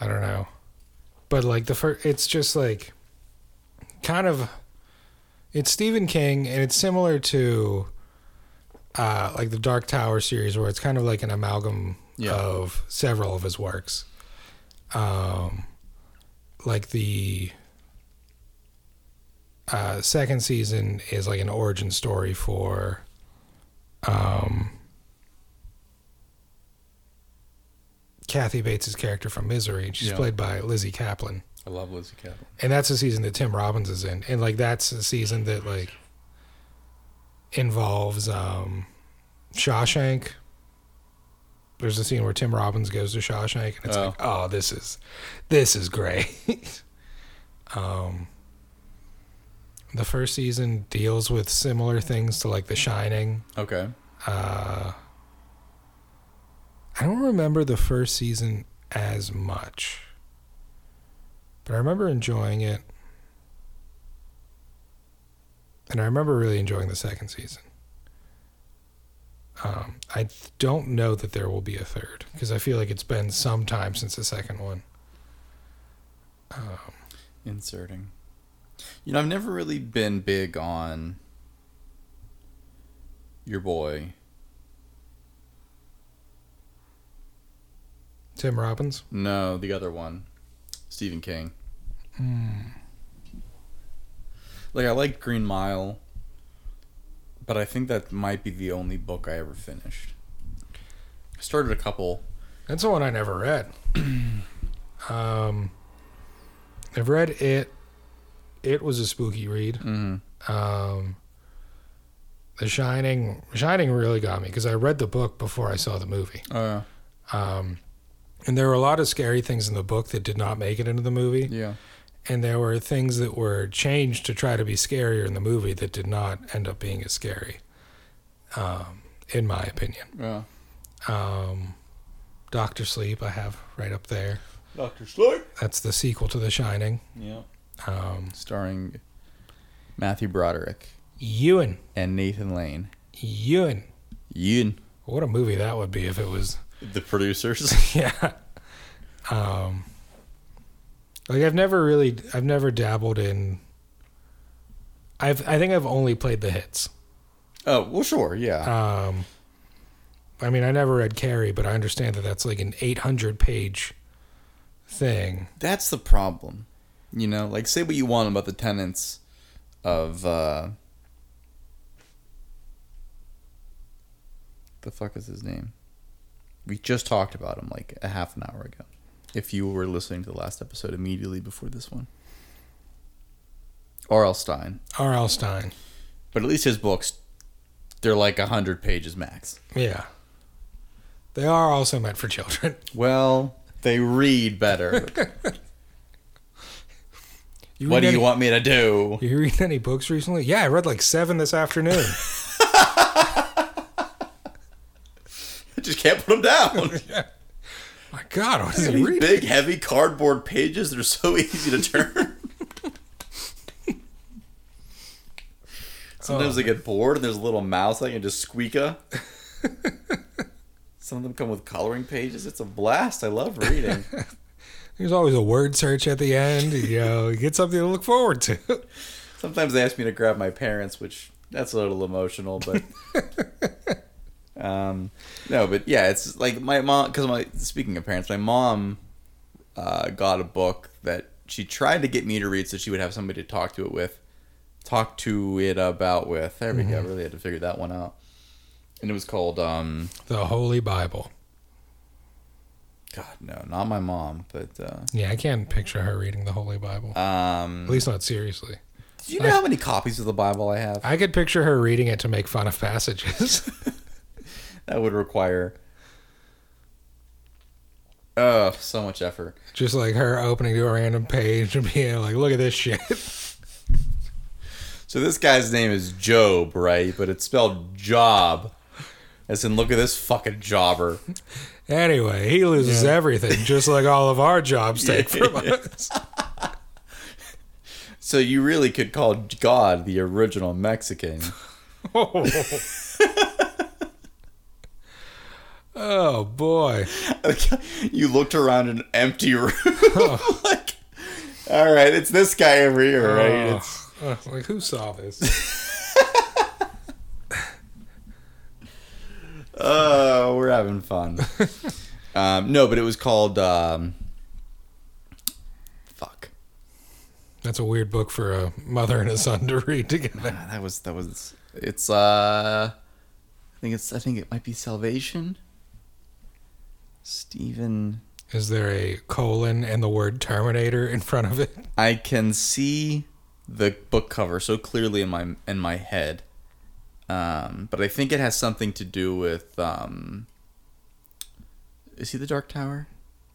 Speaker 2: I don't know, but like the first, it's just like kind of it's Stephen King, and it's similar to uh, like the Dark Tower series, where it's kind of like an amalgam
Speaker 1: Yeah.
Speaker 2: of several of his works. Um, like the uh, second season is like an origin story for um, Kathy Bates' character from Misery. and She's
Speaker 1: Yeah.
Speaker 2: played by Lizzie Kaplan
Speaker 1: I love Lizzie Kaplan.
Speaker 2: and that's the season that Tim Robbins is in, and like that's the season that like involves um Shawshank. There's a scene where Tim Robbins goes to Shawshank, and it's
Speaker 1: Oh.
Speaker 2: like, oh, this is this is great. <laughs> um, the first season deals with similar things to like The Shining.
Speaker 1: Okay.
Speaker 2: Uh, I don't remember the first season as much, but I remember enjoying it. And I remember really enjoying the second season. Um, I th- don't know that there will be a third because I feel like it's been some time since the second one. Um,
Speaker 1: Inserting. You know, I've never really been big on your boy.
Speaker 2: Tim Robbins.
Speaker 1: No, the other one, Stephen King. Hmm. Like I like Green Mile, but I think that might be the only book I ever finished. I started a couple.
Speaker 2: That's the one I
Speaker 1: <clears throat>
Speaker 2: never read. um, I've read it. It was a spooky read.
Speaker 1: Mm-hmm.
Speaker 2: Um, the Shining, Shining really got me because I read the book before I saw the movie.
Speaker 1: Uh,
Speaker 2: Um, and there were a lot of scary things in the book that did not make it into the movie,
Speaker 1: yeah.
Speaker 2: and there were things that were changed to try to be scarier in the movie that did not end up being as scary, um, in my opinion.
Speaker 1: Yeah.
Speaker 2: Um, Doctor Sleep, I have right up there.
Speaker 1: Doctor Sleep.
Speaker 2: That's the sequel to The Shining.
Speaker 1: Yeah.
Speaker 2: Um,
Speaker 1: Starring Matthew Broderick
Speaker 2: Ewan,
Speaker 1: and Nathan Lane.
Speaker 2: Ewan,
Speaker 1: Ewan.
Speaker 2: what a movie that would be if it was <laughs>
Speaker 1: The producers.
Speaker 2: yeah. Um, like I've never really, I've never dabbled in. I've, I think I've only played the hits.
Speaker 1: <laughs> oh well, sure. Yeah.
Speaker 2: Um, I mean, I never read Carrie, but I understand that that's like an 800 page thing.
Speaker 1: That's the problem. You know, like say what you want about the tenants of uh the fuck is his name? We just talked about him like a half an hour ago. If you were listening to the last episode immediately before this one, R.L. Stein.
Speaker 2: R.L. Stein.
Speaker 1: But at least his books, they're like hundred pages max.
Speaker 2: Yeah. They are also meant for children. <laughs>
Speaker 1: Well, they read better. <laughs>
Speaker 2: You
Speaker 1: what
Speaker 2: read
Speaker 1: do
Speaker 2: any,
Speaker 1: you want me to do?
Speaker 2: You read any books recently? Yeah, I read like seven
Speaker 1: <laughs>
Speaker 2: this afternoon. Oh
Speaker 1: I just can't put them down.
Speaker 2: My God, what is he
Speaker 1: These
Speaker 2: reading?
Speaker 1: big, heavy cardboard pages. They're so <laughs> easy to turn. Sometimes I get bored and there's a little mouse I can just squeaka. <laughs> Some of them come with coloring pages. It's a blast. I love reading.
Speaker 2: There's always a word search at the end. You know, you get something to look forward to. <laughs>
Speaker 1: Sometimes they ask me to grab my parents, which that's a little emotional, but um, no, but yeah, it's like my mom. Because my speaking of parents, my mom uh, got a book that she tried to get me to read so she would have somebody to talk to it with, talk to it about with. There we go. I really had to figure that one out, and it was called um,
Speaker 2: The Holy Bible.
Speaker 1: God no, not my mom, but uh,
Speaker 2: Yeah, I can't picture her reading the Holy Bible.
Speaker 1: um,
Speaker 2: At least not seriously.
Speaker 1: do you know how many copies of the Bible I have?
Speaker 2: I could picture her reading it to make fun of passages.
Speaker 1: That would require. Oh, so much effort.
Speaker 2: Just like her opening to a random page and being like, look at this shit. <laughs>
Speaker 1: So this guy's name is Job, right? But it's spelled Job. As in, look at this fucking jobber. <laughs>
Speaker 2: Anyway, he loses everything, just like all of our jobs
Speaker 1: <laughs>
Speaker 2: take
Speaker 1: Yeah.
Speaker 2: from us.
Speaker 1: So you really could call God the original Mexican. <laughs>
Speaker 2: Oh. Oh, boy.
Speaker 1: you looked around an empty room. <laughs> like, all right, it's this guy over here, right?
Speaker 2: Oh.
Speaker 1: It's,
Speaker 2: Uh, like, who saw this?
Speaker 1: oh, we're having fun. um, no, but it was called. Um, fuck.
Speaker 2: That's a weird book for a mother and a son to read together.
Speaker 1: Ah, that was that was it's uh I think it's I think it might be Salvation. Stephen
Speaker 2: Is there a colon and the word Terminator in front of it?
Speaker 1: I can see the book cover so clearly in my in my head. Um but I think it has something to do with um Is he the Dark Tower?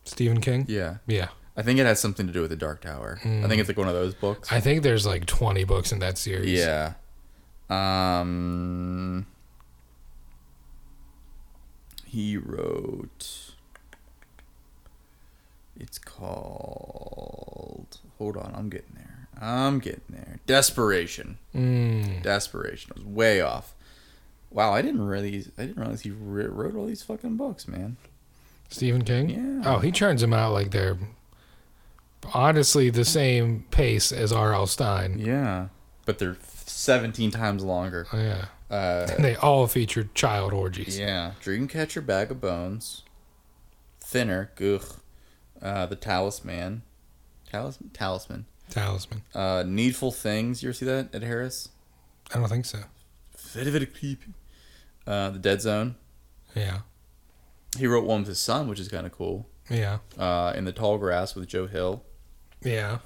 Speaker 2: Stephen King?
Speaker 1: Yeah.
Speaker 2: Yeah.
Speaker 1: I think it has something to do with the Dark Tower. I think it's like one of those books.
Speaker 2: I think there's like 20 books in that series.
Speaker 1: Yeah. Um he wrote it's called Hold on, I'm getting there. I'm getting there. Desperation.
Speaker 2: Mm.
Speaker 1: Desperation. I was way off. Wow, I didn't really I didn't realize he wri- wrote all these fucking books, man.
Speaker 2: Stephen King?
Speaker 1: Yeah.
Speaker 2: Oh, he churns them out like they're honestly the same pace as R.L. Stein.
Speaker 1: Yeah. But they're 17 times longer.
Speaker 2: Oh, yeah.
Speaker 1: Uh
Speaker 2: And they all feature child orgies.
Speaker 1: Yeah, Dreamcatcher, Bag of Bones, Thinner, Gough, uh, The Talisman, Talisman, Talisman,
Speaker 2: Talisman.
Speaker 1: uh, Needful Things. You ever see that Ed Harris?
Speaker 2: I don't think so.
Speaker 1: Very very creepy. Uh, the Dead Zone.
Speaker 2: Yeah.
Speaker 1: He wrote one with his son, which is kind of cool.
Speaker 2: Yeah.
Speaker 1: Uh, In the Tall Grass with Joe Hill.
Speaker 2: Yeah.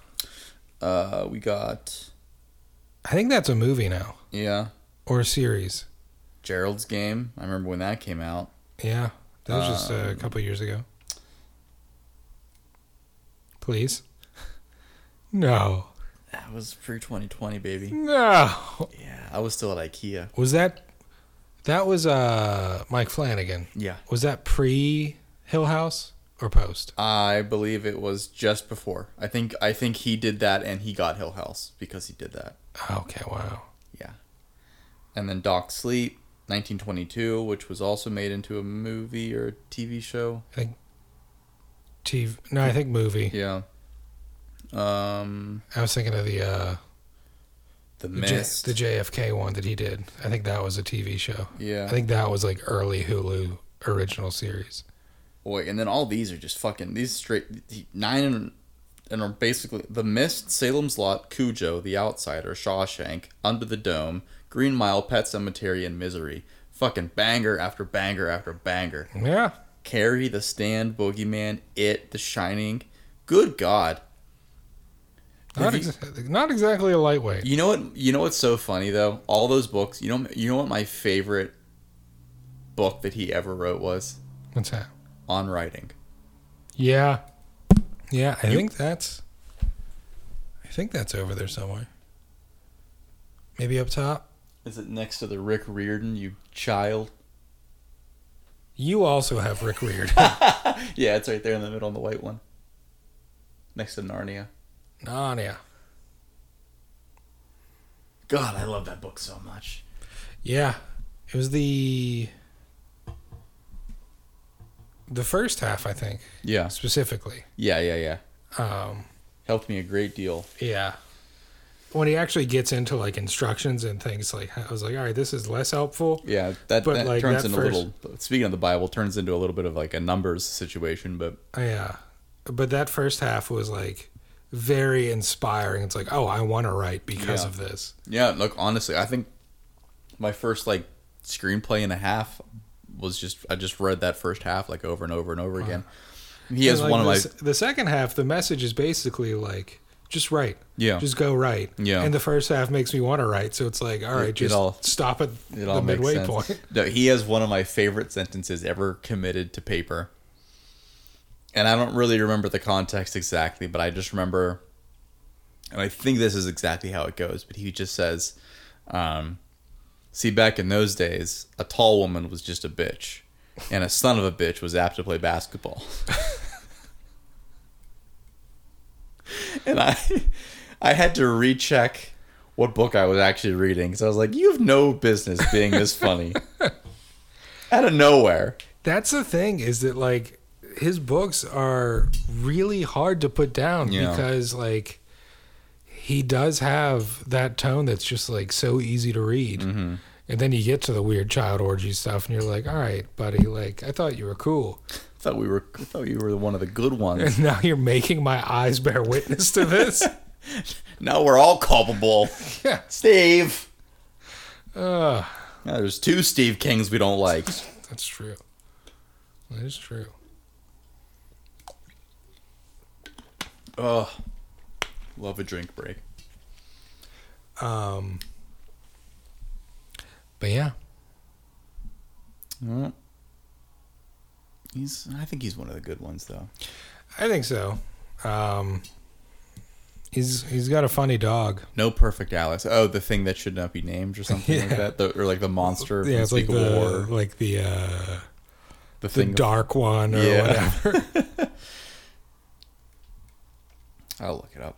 Speaker 1: Uh, we got
Speaker 2: I think that's a movie now
Speaker 1: yeah,
Speaker 2: or a series.
Speaker 1: Gerald's Game. I remember when that came out.
Speaker 2: Yeah. That was just
Speaker 1: Um,
Speaker 2: a couple years ago. Please. No.
Speaker 1: That was pre 2020, baby.
Speaker 2: No.
Speaker 1: Yeah, I was still at IKEA.
Speaker 2: Was that that was uh Mike Flanagan.
Speaker 1: Yeah.
Speaker 2: Was that pre Hill House or post?
Speaker 1: I believe it was just before. I think I think he did that and he got Hill House because he did that.
Speaker 2: Okay, wow.
Speaker 1: Yeah. And then Doc Sleep, 1922, which was also made into a movie or a TV show.
Speaker 2: I think TV No, I think movie.
Speaker 1: Yeah. Um
Speaker 2: I was thinking of the uh
Speaker 1: The
Speaker 2: the, J-
Speaker 1: Mist.
Speaker 2: the JFK one that he did. I think that was a TV show.
Speaker 1: yeah.
Speaker 2: I think that was like early Hulu original series.
Speaker 1: Boy, and then all these are just fucking these straight nine and and are basically The Mist, Salem's Lot, Cujo, The Outsider, Shawshank, Under the Dome, Green Mile, Pet Cemetery, and Misery. Fucking banger after banger after banger.
Speaker 2: Yeah.
Speaker 1: Carrie, The Stand, Boogeyman, It, The Shining. Good God.
Speaker 2: Not,
Speaker 1: Have you-
Speaker 2: ex- not exactly a lightweight.
Speaker 1: You know what? You know what's so funny though? All those books. You know. You know what my favorite book that he ever wrote was
Speaker 2: What's that?
Speaker 1: on writing.
Speaker 2: Yeah, yeah. I think that's. I think that's over there somewhere. Maybe up top.
Speaker 1: Is it next to the Rick Riordan? You child.
Speaker 2: You also have Rick <laughs> Weird.
Speaker 1: Yeah, it's right there in the middle on the white one. Next to Narnia.
Speaker 2: Narnia.
Speaker 1: God, I love that book so much.
Speaker 2: Yeah, it was the the first half, I think,
Speaker 1: Yeah.
Speaker 2: specifically.
Speaker 1: Yeah. Yeah. Yeah.
Speaker 2: Um,
Speaker 1: Helped me a great deal.
Speaker 2: yeah, when he actually gets into like instructions and things, like I was like, all right, this is less helpful.
Speaker 1: Yeah, that,
Speaker 2: But,
Speaker 1: that
Speaker 2: like,
Speaker 1: turns
Speaker 2: that
Speaker 1: into a little. Speaking of the Bible, turns into a little bit of like a numbers situation, but
Speaker 2: Yeah, but that first half was like very inspiring. It's like, oh, I want to write because
Speaker 1: Yeah.
Speaker 2: of this.
Speaker 1: yeah. Look, honestly, I think my first like screenplay and a half was just I just read that first half like over and over and over again. He has
Speaker 2: And, like,
Speaker 1: one of
Speaker 2: the,
Speaker 1: my
Speaker 2: s- the second half, the message is basically like, just write.
Speaker 1: Yeah.
Speaker 2: Just go write.
Speaker 1: Yeah.
Speaker 2: And the first half makes me want to write. So it's like, all right,
Speaker 1: it
Speaker 2: just
Speaker 1: all-
Speaker 2: stop at
Speaker 1: it
Speaker 2: the
Speaker 1: all makes
Speaker 2: midway
Speaker 1: sense.
Speaker 2: point.
Speaker 1: No, he has one of my favorite sentences ever committed to paper. And I don't really remember the context exactly, but I just remember, and I think this is exactly how it goes. But he just says, um, "See, back in those days, a tall woman was just a bitch, and a son of a bitch was apt to play basketball." <laughs> and I, I had to recheck what book I was actually reading because I was like, "You have no business being this
Speaker 2: <laughs>
Speaker 1: funny." Out of nowhere.
Speaker 2: That's the thing is that like his books are really hard to put down
Speaker 1: Yeah.
Speaker 2: because like he does have that tone that's just like so easy to read.
Speaker 1: Mm-hmm.
Speaker 2: And then you get to the weird child orgy stuff and you're like, all right, buddy, like I thought you
Speaker 1: <laughs>
Speaker 2: were cool.
Speaker 1: Thought we were I thought you were one of the good ones.
Speaker 2: And now you're making my eyes bear witness
Speaker 1: <laughs>
Speaker 2: to this.
Speaker 1: now we're all
Speaker 2: <laughs>
Speaker 1: culpable.
Speaker 2: Yeah.
Speaker 1: Steve.
Speaker 2: uh,
Speaker 1: Now there's two Steve Kings we don't like.
Speaker 2: that's true. That is true.
Speaker 1: Ugh. Love a drink break.
Speaker 2: Um but yeah,
Speaker 1: He's I think he's one of the good ones though.
Speaker 2: I think so. Um he's he's got a funny dog.
Speaker 1: No perfect Alice. Oh, the thing that should not be named or something like
Speaker 2: <laughs> Yeah.
Speaker 1: that. The, or like the monster of
Speaker 2: yeah, it's like
Speaker 1: unspeakable
Speaker 2: the
Speaker 1: horror.
Speaker 2: like the uh,
Speaker 1: The
Speaker 2: the
Speaker 1: thing
Speaker 2: dark one or
Speaker 1: Yeah. <laughs>
Speaker 2: whatever.
Speaker 1: I'll look it up.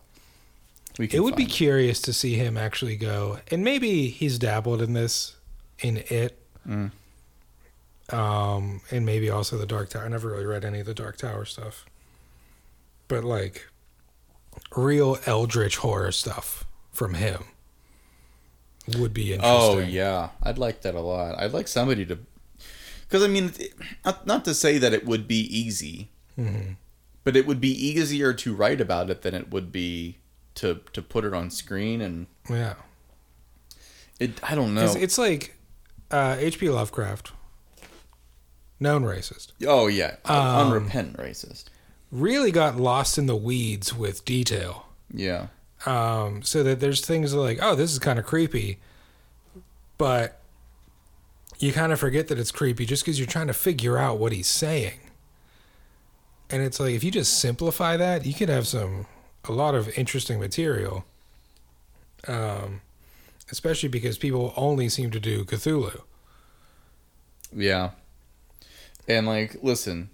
Speaker 1: We
Speaker 2: it would be
Speaker 1: find
Speaker 2: curious to see him actually go, and maybe he's dabbled in this in it,
Speaker 1: Mm.
Speaker 2: um, and maybe also the Dark Tower. I never really read any of the Dark Tower stuff, but like real eldritch horror stuff from him would be interesting.
Speaker 1: Oh yeah, I'd like that a lot. I'd like somebody to, because I mean, it- not not to say that it would be easy,
Speaker 2: Mm-hmm.
Speaker 1: but it would be easier to write about it than it would be to to put it on screen. And
Speaker 2: yeah.
Speaker 1: it, I don't know.
Speaker 2: Because it's like uh, H.P. Lovecraft, known racist.
Speaker 1: oh yeah,
Speaker 2: Um,
Speaker 1: unrepentant racist.
Speaker 2: really got lost in the weeds with detail.
Speaker 1: Yeah,
Speaker 2: Um, so that there's things like, oh, this is kind of creepy, but you kind of forget that it's creepy just because you're trying to figure out what he's saying. And it's like if you just simplify that, you could have some a lot of interesting material. Um, especially because people only seem to do Cthulhu.
Speaker 1: yeah, and like, listen,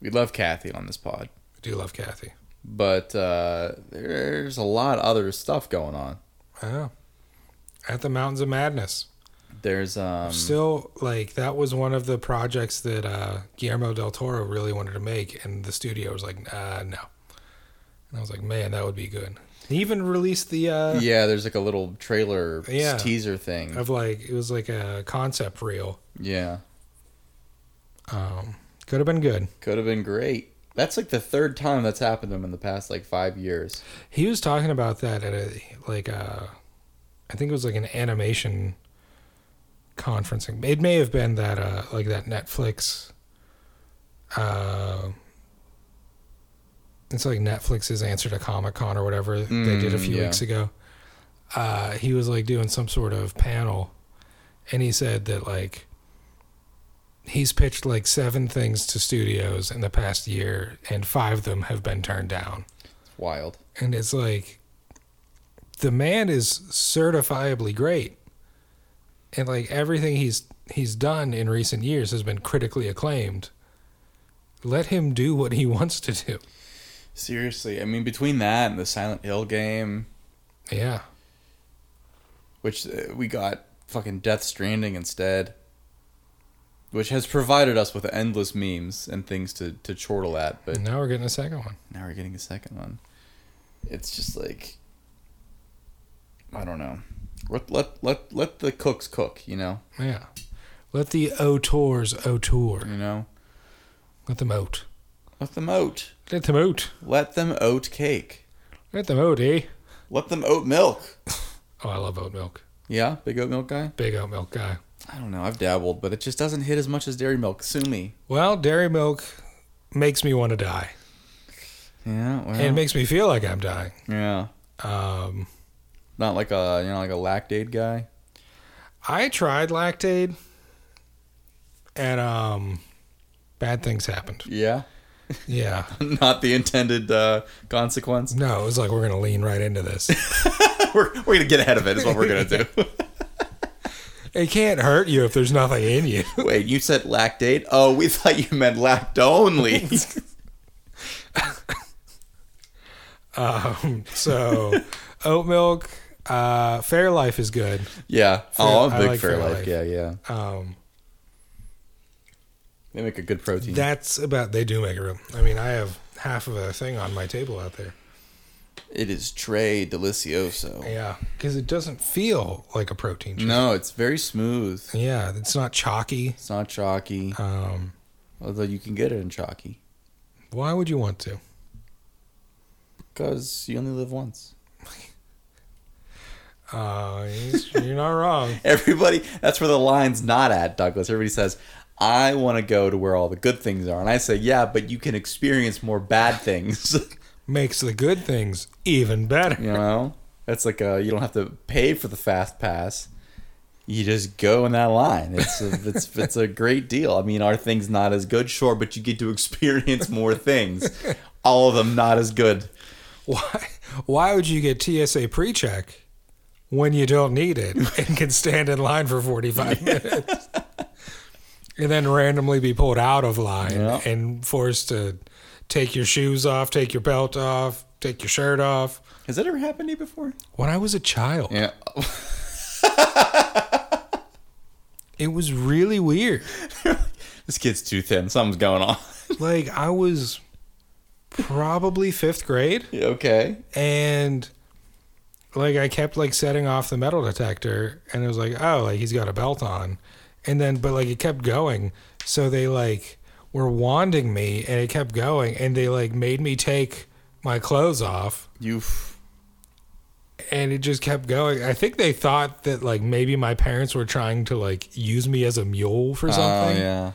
Speaker 1: we love Kathy on this pod,
Speaker 2: I do love Kathy.
Speaker 1: but uh, there's a lot of other stuff going on.
Speaker 2: Oh. At the Mountains of Madness.
Speaker 1: There's um,
Speaker 2: Still, like that was one of the projects that uh, Guillermo del Toro really wanted to make, and the studio was like, "Nah, no." And I was like, "Man, that would be good." He even released the uh,
Speaker 1: yeah, there's like a little trailer
Speaker 2: Yeah. Uh,
Speaker 1: teaser thing.
Speaker 2: of like it was like a concept reel.
Speaker 1: Yeah.
Speaker 2: Um, could have been good.
Speaker 1: Could have been great. That's like the third time that's happened to him in the past like five years.
Speaker 2: He was talking about that at a like uh, I think it was like an animation conferencing. It may have been that uh, like that Netflix uh, it's like Netflix's answer to Comic Con or whatever they did a
Speaker 1: Mm,
Speaker 2: few
Speaker 1: yeah.
Speaker 2: weeks ago. Uh, he was like doing some sort of panel, and he said that like he's pitched like seven things to studios in the past year, and five of them have been turned down.
Speaker 1: It's wild.
Speaker 2: And it's like the man is certifiably great. And like everything he's he's done in recent years has been critically acclaimed. Let him do what he <laughs> wants to do.
Speaker 1: Seriously, I mean, between that and the Silent Hill game,
Speaker 2: Yeah.
Speaker 1: which uh, we got fucking Death Stranding instead, which has provided us with endless memes and things to, to chortle at, but
Speaker 2: And now we're getting a second one.
Speaker 1: now we're getting a second one. It's just like, I don't know. Let, let, let, let the cooks cook, you know?
Speaker 2: Yeah. Let the auteurs auteur.
Speaker 1: You know?
Speaker 2: Let them out.
Speaker 1: Let them oat.
Speaker 2: Let them out.
Speaker 1: Let them oat cake.
Speaker 2: Let them out, eh?
Speaker 1: Let them oat milk.
Speaker 2: Oh, I love oat milk.
Speaker 1: Yeah, big oat milk guy?
Speaker 2: Big oat milk guy.
Speaker 1: I don't know. I've dabbled, but it just doesn't hit as much as dairy milk. Sue me.
Speaker 2: Well, dairy milk makes me want to die.
Speaker 1: Yeah, well.
Speaker 2: And it makes me feel like I'm dying.
Speaker 1: yeah.
Speaker 2: Um,
Speaker 1: Not like a, you know, like a lactate guy.
Speaker 2: I tried Lactaid, and um, bad things happened.
Speaker 1: Yeah. <laughs>
Speaker 2: Yeah,
Speaker 1: Not the intended uh, consequence.
Speaker 2: no, it was like we're gonna lean right into this.
Speaker 1: <laughs> we're we're gonna get ahead of it. Is what we're <laughs> gonna do.
Speaker 2: It can't hurt you if there's nothing in you. <laughs>
Speaker 1: Wait, you said lactate? Oh, we thought you meant lact <laughs> only.
Speaker 2: Um, so, oat milk, uh, Fair Life is good.
Speaker 1: yeah. Oh, I'm
Speaker 2: I
Speaker 1: a big
Speaker 2: like
Speaker 1: fair
Speaker 2: Fairlife.
Speaker 1: life. Yeah, yeah.
Speaker 2: Um,
Speaker 1: They make a good protein.
Speaker 2: that's about they do make a room. I mean, I have half of a thing on my table out there.
Speaker 1: it is Tre Delicioso.
Speaker 2: Yeah, because it doesn't feel like a protein. shake.
Speaker 1: No, it's very smooth.
Speaker 2: Yeah, it's not chalky.
Speaker 1: It's not chalky,
Speaker 2: Um,
Speaker 1: although you can get it in chalky
Speaker 2: why would you want to?
Speaker 1: because you only live once.
Speaker 2: Uh, <laughs> you're not wrong.
Speaker 1: Everybody, that's where the line's not at, Douglas. Everybody says, I want to go to where all the good things are. And I say, yeah, but you can experience more bad things. <laughs>
Speaker 2: makes the good things even better.
Speaker 1: you know? That's like uh you don't have to pay for the fast pass. You just go in that line. It's a, <laughs> it's it's a great deal. I mean, our thing's not as good, sure, but you get to experience more things. All of them not as good.
Speaker 2: Why why would you get TSA pre-check when you don't need it and can stand in line
Speaker 1: <laughs>
Speaker 2: for 45 minutes? And then randomly be pulled out of line
Speaker 1: Yeah.
Speaker 2: and forced to take your shoes off, take your belt off, take your shirt off.
Speaker 1: Has that ever happened to you before?
Speaker 2: When I was a child,
Speaker 1: Yeah.
Speaker 2: it was really weird.
Speaker 1: this kid's too thin. Something's going on. <laughs>
Speaker 2: Like I was probably 5th grade
Speaker 1: Yeah, okay.
Speaker 2: and like I kept like setting off the metal detector, and it was like, oh, like he's got a belt on, and then but like it kept going, so they like were wanding me, and it kept going, and they like made me take my clothes off,
Speaker 1: You
Speaker 2: and it just kept going. I think they thought that like maybe my parents were trying to like use me as a mule for something,
Speaker 1: Oh, yeah.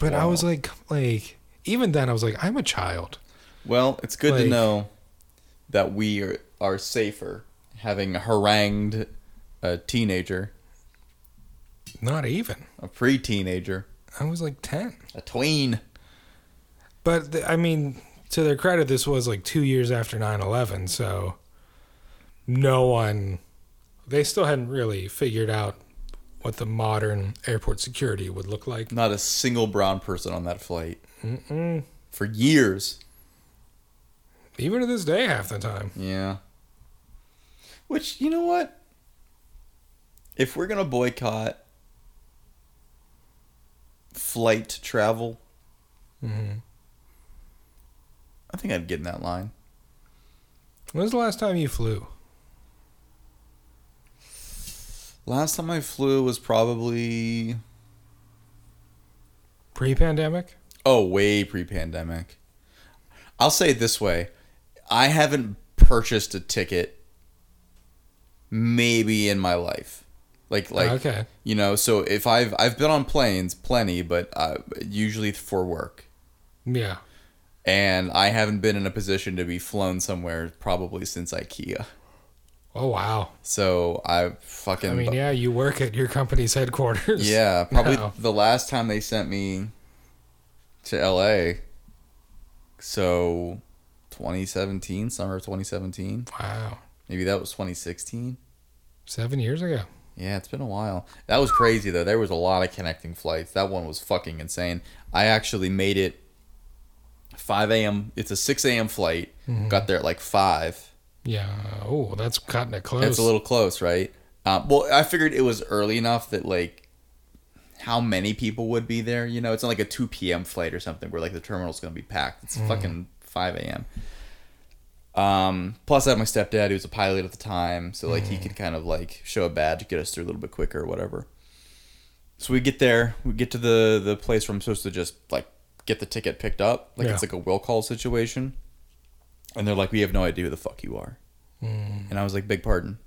Speaker 2: but I
Speaker 1: wild.
Speaker 2: was like, like even then I was like, I'm a child.
Speaker 1: Well, it's good to
Speaker 2: Like-
Speaker 1: know that we are, are safer having harangued a teenager,
Speaker 2: Not even.
Speaker 1: a pre-teenager,
Speaker 2: I was like ten.
Speaker 1: a tween.
Speaker 2: But th- I mean, to their credit, this was like two years after 9 11. So no one, they still hadn't really figured out what the modern airport security would look like.
Speaker 1: Not a single brown person on that flight for years.
Speaker 2: Even to this day, half the time.
Speaker 1: Yeah. Which you know what? If we're gonna boycott flight travel,
Speaker 2: Mhm.
Speaker 1: I think I'd get in that line.
Speaker 2: When was the last time you flew?
Speaker 1: Last time I flew was probably
Speaker 2: Pre pandemic?
Speaker 1: Oh, way pre-pandemic. I'll say it this way: I haven't purchased a ticket maybe in my life. Like like
Speaker 2: Okay.
Speaker 1: you know, so if I've I've been on planes plenty, but uh, usually for work.
Speaker 2: Yeah.
Speaker 1: And I haven't been in a position to be flown somewhere probably since IKEA.
Speaker 2: Oh wow.
Speaker 1: So I fucking
Speaker 2: I mean, yeah, you work at your company's headquarters. <laughs>
Speaker 1: Yeah, probably
Speaker 2: No.
Speaker 1: the last time they sent me to LA. So 2017, summer of 2017.
Speaker 2: Wow.
Speaker 1: Maybe that was 2016.
Speaker 2: Seven years ago.
Speaker 1: Yeah, it's been a while. That was crazy though. There was a lot of connecting flights. That one was fucking insane. I actually made it 5 a.m. It's a 6 a.m. flight. Got there at like 5.
Speaker 2: Yeah. Oh, that's cutting it close.
Speaker 1: It's a little close, right? Um, well, I figured it was early enough that like how many people would be there. You know, it's not like a two p.m. flight or something where like the terminal's gonna be packed. It's fucking five a.m. Um, plus, I had my stepdad who was a pilot at the time, so like he could kind of like show a badge, get us through a little bit quicker or whatever. So we get there, we get to the the place where I'm supposed to just like get the ticket picked up, like
Speaker 2: Yeah.
Speaker 1: it's like a will call situation, and they're like, "We have no idea who the fuck you are,"
Speaker 2: Hmm.
Speaker 1: and I was like, "Big pardon,"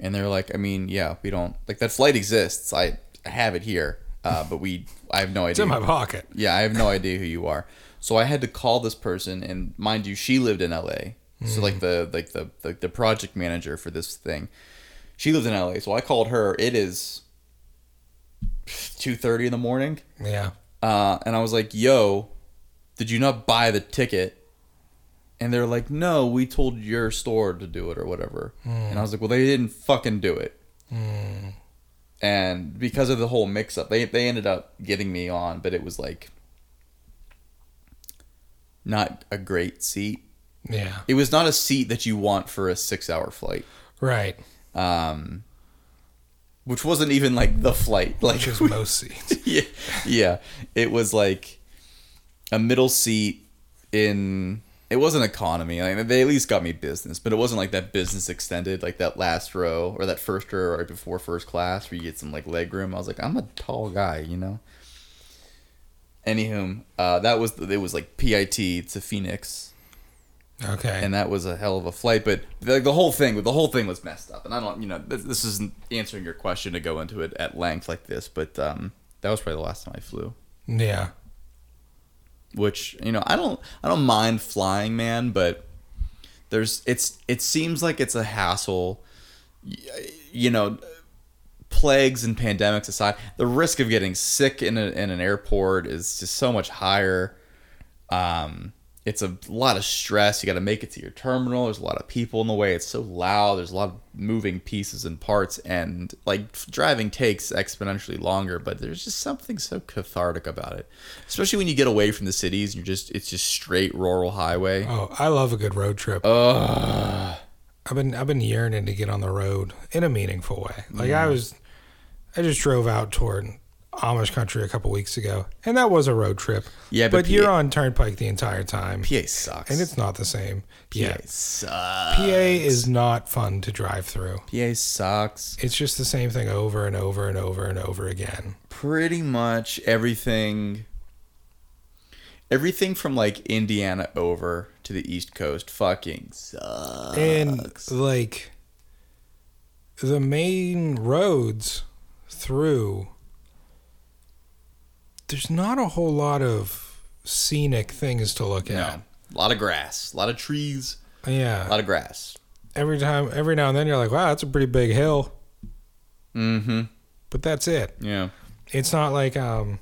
Speaker 1: and they're like, "I mean, yeah, we don't like that flight exists. I I have it here, uh, but we I have no idea."
Speaker 2: It's in my pocket.
Speaker 1: Yeah, I have no idea who you are. So I had to call this person, and mind you, she lived in LA. So like the like the the, the project manager for this thing, she lives in LA. So I called her. It is two thirty in the morning,
Speaker 2: Yeah.
Speaker 1: uh, and I was like, "Yo, did you not buy the ticket?" And they're like, "No, we told your store to do it or whatever." And I was like, "Well, they didn't fucking do it." And because of the whole mix-up, they they ended up getting me on, but it was like not a great seat.
Speaker 2: Yeah.
Speaker 1: It was not a seat that you want for a six-hour flight,
Speaker 2: Right.
Speaker 1: um, which wasn't even like the flight. Like
Speaker 2: Which is
Speaker 1: <laughs>
Speaker 2: most seats.
Speaker 1: yeah, yeah. It was like a middle seat in. It wasn't economy. I mean, they at least got me business, but it wasn't like that business extended, like that last row or that first row right before first class, where you get some like leg room. I was like, I'm a tall guy, you know. Anywho, uh, that was it was like PIT to Phoenix,
Speaker 2: Okay.
Speaker 1: and that was a hell of a flight. But the, the whole thing, the whole thing was messed up, and I don't, you know, this, this isn't answering your question to go into it at length like this, but um, that was probably the last time I flew
Speaker 2: yeah.
Speaker 1: which you know I don't I don't mind flying man but there's it's it seems like it's a hassle Y- you know plagues and pandemics aside the risk of getting sick in, a, in an airport is just so much higher um it's a lot of stress you got to make it to your terminal there's a lot of people in the way it's so loud there's a lot of moving pieces and parts and like f- driving takes exponentially longer but there's just something so cathartic about it especially when you get away from the cities and you're just it's just straight rural highway
Speaker 2: Oh, I love a good road trip.
Speaker 1: Ugh.
Speaker 2: I've been I've been yearning to get on the road in a meaningful way. Like
Speaker 1: Mm.
Speaker 2: I was, I just drove out toward Amish country a couple weeks ago, and that was a road trip.
Speaker 1: Yeah, but
Speaker 2: but, you're
Speaker 1: PA
Speaker 2: on Turnpike the entire time,
Speaker 1: pa sucks
Speaker 2: and it's not the same. Yeah,
Speaker 1: pa sucks
Speaker 2: PA is not fun to drive through.
Speaker 1: pa sucks
Speaker 2: It's just the same thing over and over and over and over again.
Speaker 1: pretty much everything everything from like Indiana over to the East Coast fucking sucks.
Speaker 2: and like the main roads through there's not a whole lot of scenic things to look
Speaker 1: no.
Speaker 2: at
Speaker 1: A lot of grass, a lot of trees, a
Speaker 2: yeah
Speaker 1: lot of grass.
Speaker 2: every time every now and then you're like wow that's a pretty big hill
Speaker 1: Mhm.
Speaker 2: but that's it
Speaker 1: Yeah.
Speaker 2: it's not like um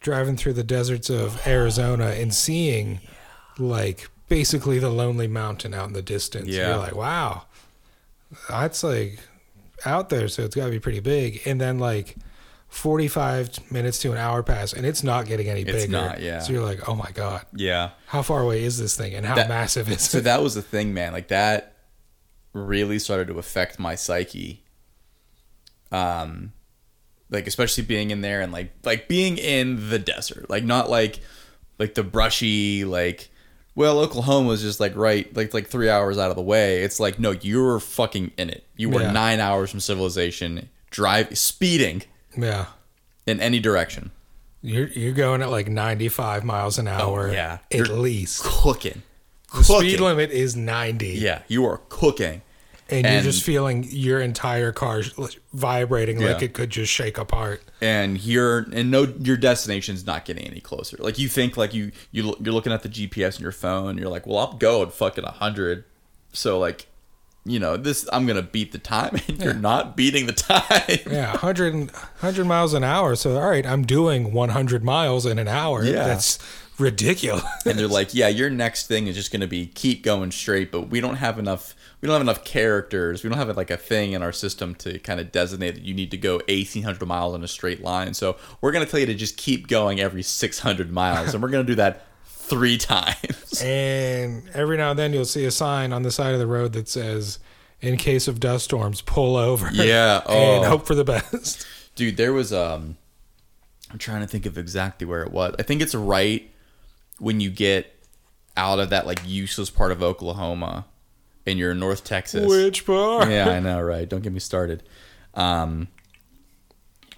Speaker 2: driving through the deserts of arizona and seeing like basically the lonely mountain out in the distance
Speaker 1: Yeah.
Speaker 2: you're like wow that's like out there so it's got to be pretty big and then like 45 minutes to an hour pass and it's not getting any bigger
Speaker 1: not, yeah.
Speaker 2: so you're like oh my god
Speaker 1: Yeah.
Speaker 2: how far away is this thing and how
Speaker 1: That-
Speaker 2: massive is
Speaker 1: So
Speaker 2: it
Speaker 1: that was the thing, man. Like that really started to affect my psyche. Um like especially being in there and like like being in the desert. Like not like like the brushy like well, Oklahoma's just like right like like 3 hours out of the way. It's like no, you're fucking in it. You were
Speaker 2: Yeah.
Speaker 1: 9 hours from civilization, drive speeding
Speaker 2: yeah
Speaker 1: in any direction.
Speaker 2: you're, you're going at like 95 miles an hour
Speaker 1: Oh, yeah.
Speaker 2: at
Speaker 1: You're-
Speaker 2: least
Speaker 1: Cooking.
Speaker 2: the
Speaker 1: Cooking.
Speaker 2: speed limit is 90
Speaker 1: Yeah, you are cooking.
Speaker 2: and,
Speaker 1: And-
Speaker 2: you're just feeling your entire car sh- vibrating like
Speaker 1: Yeah.
Speaker 2: it could just shake apart.
Speaker 1: and you're and no your destination's not getting any closer like you think like you, you lo- you're looking at the gps on your phone and you're like well i'm going fucking 100 so like you know this i'm gonna beat the time <laughs> and you're not beating the time
Speaker 2: Yeah, 100, and- 100 miles an hour. So, all right, I'm doing 100 miles in an hour.
Speaker 1: Yeah.
Speaker 2: That's ridiculous.
Speaker 1: and they're like yeah your next thing is just gonna be keep going straight but we don't have enough we don't have enough characters we don't have like a thing in our system to kind of designate that you need to go 1800 miles in a straight line so we're gonna tell you to just keep going every 600 miles and we're gonna do that three <laughs> times
Speaker 2: <laughs> and every now and then you'll see a sign on the side of the road that says, in case of dust storms, pull over.
Speaker 1: Yeah,
Speaker 2: <laughs> and
Speaker 1: oh.
Speaker 2: hope for the best.
Speaker 1: dude there was um i'm trying to think of exactly where it was i think it's right when you get out of that like useless part of oklahoma and you're in north texas
Speaker 2: Which <laughs> part?
Speaker 1: yeah i know right don't get me started um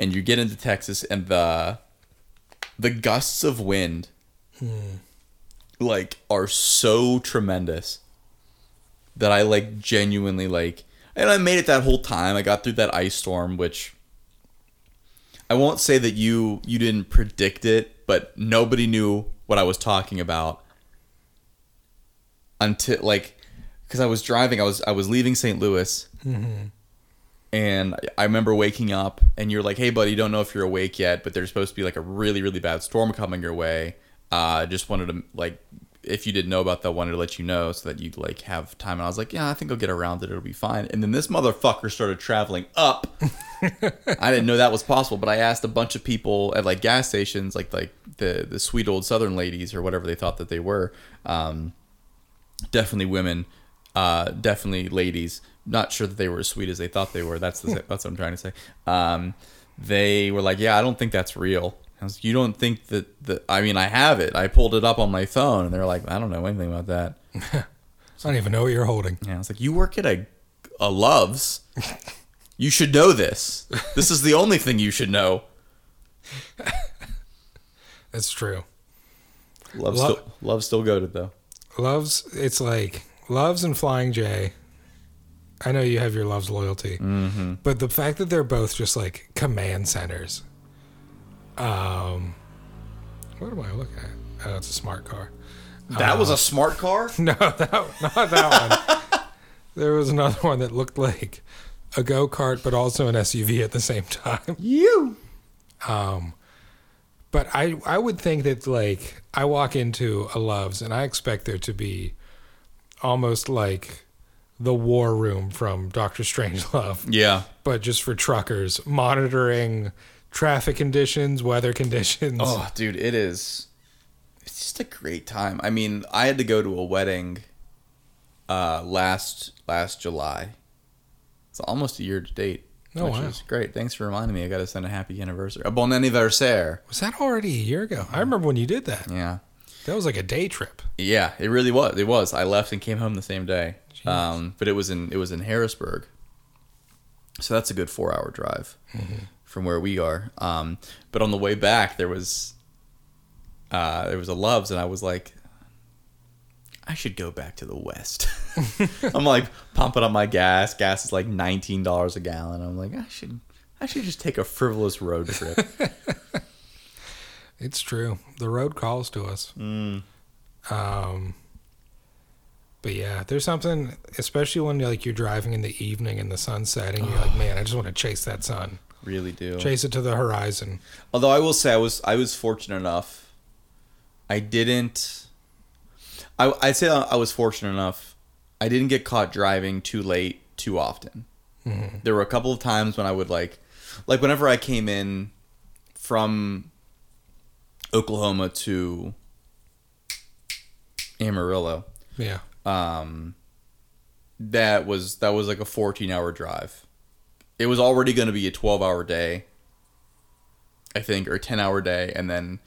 Speaker 1: and you get into texas and the the gusts of wind like are so tremendous that i like genuinely like and i made it that whole time i got through that ice storm which I won't say that you you didn't predict it, but nobody knew what I was talking about until like because I was driving, I was I was leaving St. Louis, and I remember waking up, and you're like, "Hey, buddy, don't know if you're awake yet, but there's supposed to be like a really really bad storm coming your way. Uh, just wanted to like." If you didn't know about that, wanted to let you know so that you'd like have time. And I was like, yeah, I think I'll get around it. It'll be fine. And then this motherfucker started traveling up I didn't know that was possible, but I asked a bunch of people at like gas stations, like like the the sweet old Southern ladies or whatever they thought that they were. Um, definitely women, uh, definitely ladies. Not sure that they were as sweet as they thought they were. <laughs> That's the, that's what I'm trying to say. Um, they were like, "Yeah, I don't think that's real." I was, like, "You don't think that the? I mean, I have it. I pulled it up on my phone." And they're like, "I don't know anything about that."
Speaker 2: I don't even know what you're holding.
Speaker 1: Yeah, I was like, you work at a, a <laughs> Love's. You should know this. This is the only thing you should know.
Speaker 2: That's true.
Speaker 1: Love,
Speaker 2: Lo-
Speaker 1: still, love still goaded though.
Speaker 2: Loves, it's like Loves and Flying J. I know you have your Loves loyalty, but the fact that they're both just like command centers. Um, what am I looking at? Oh, it's a smart car.
Speaker 1: That was a smart car.
Speaker 2: No, that, not that one. there was another one that looked like a go kart, but also an SUV at the same time. Um,
Speaker 1: You.
Speaker 2: But I, I would think that like I walk into a Loves and I expect there to be almost like the war room from Doctor Strangelove,
Speaker 1: Yeah.
Speaker 2: but just for truckers monitoring traffic conditions, weather conditions.
Speaker 1: Oh, dude, it is. It's just a great time. I mean, I had to go to a wedding. Uh, last last July. It's almost a year to date.
Speaker 2: Oh,
Speaker 1: which
Speaker 2: wow.
Speaker 1: is great. Thanks for reminding me. I got to send a happy anniversary. A bon anniversaire.
Speaker 2: Was that already a year ago? I remember when you did that.
Speaker 1: Yeah.
Speaker 2: That was like a day trip.
Speaker 1: Yeah, it really was. It was. I left and came home the same day. Um, but it was in it was in Harrisburg, so that's a good four hour drive from where we are. Um, but on the way back, there was uh, there was a Loves, and I was like, I should go back to the West. <laughs> I'm like pumping up my gas. Gas is like nineteen dollars a gallon. I'm like, I should I should just take a frivolous road trip.
Speaker 2: It's true. The road calls to us. Um, but yeah, there's something, especially when like you're driving in the evening and the sun's setting. You're like, man, I just want to chase that sun,
Speaker 1: really do.
Speaker 2: chase it to the horizon.
Speaker 1: Although I will say I was I was fortunate enough. I didn't. I I say I was fortunate enough. I didn't get caught driving too late too often. There were a couple of times when I would like, like whenever I came in from Oklahoma to Amarillo,
Speaker 2: Yeah,
Speaker 1: um, that was that was like a 14 hour drive. It was already going to be a 12 hour day, I think, or 10 hour day, and then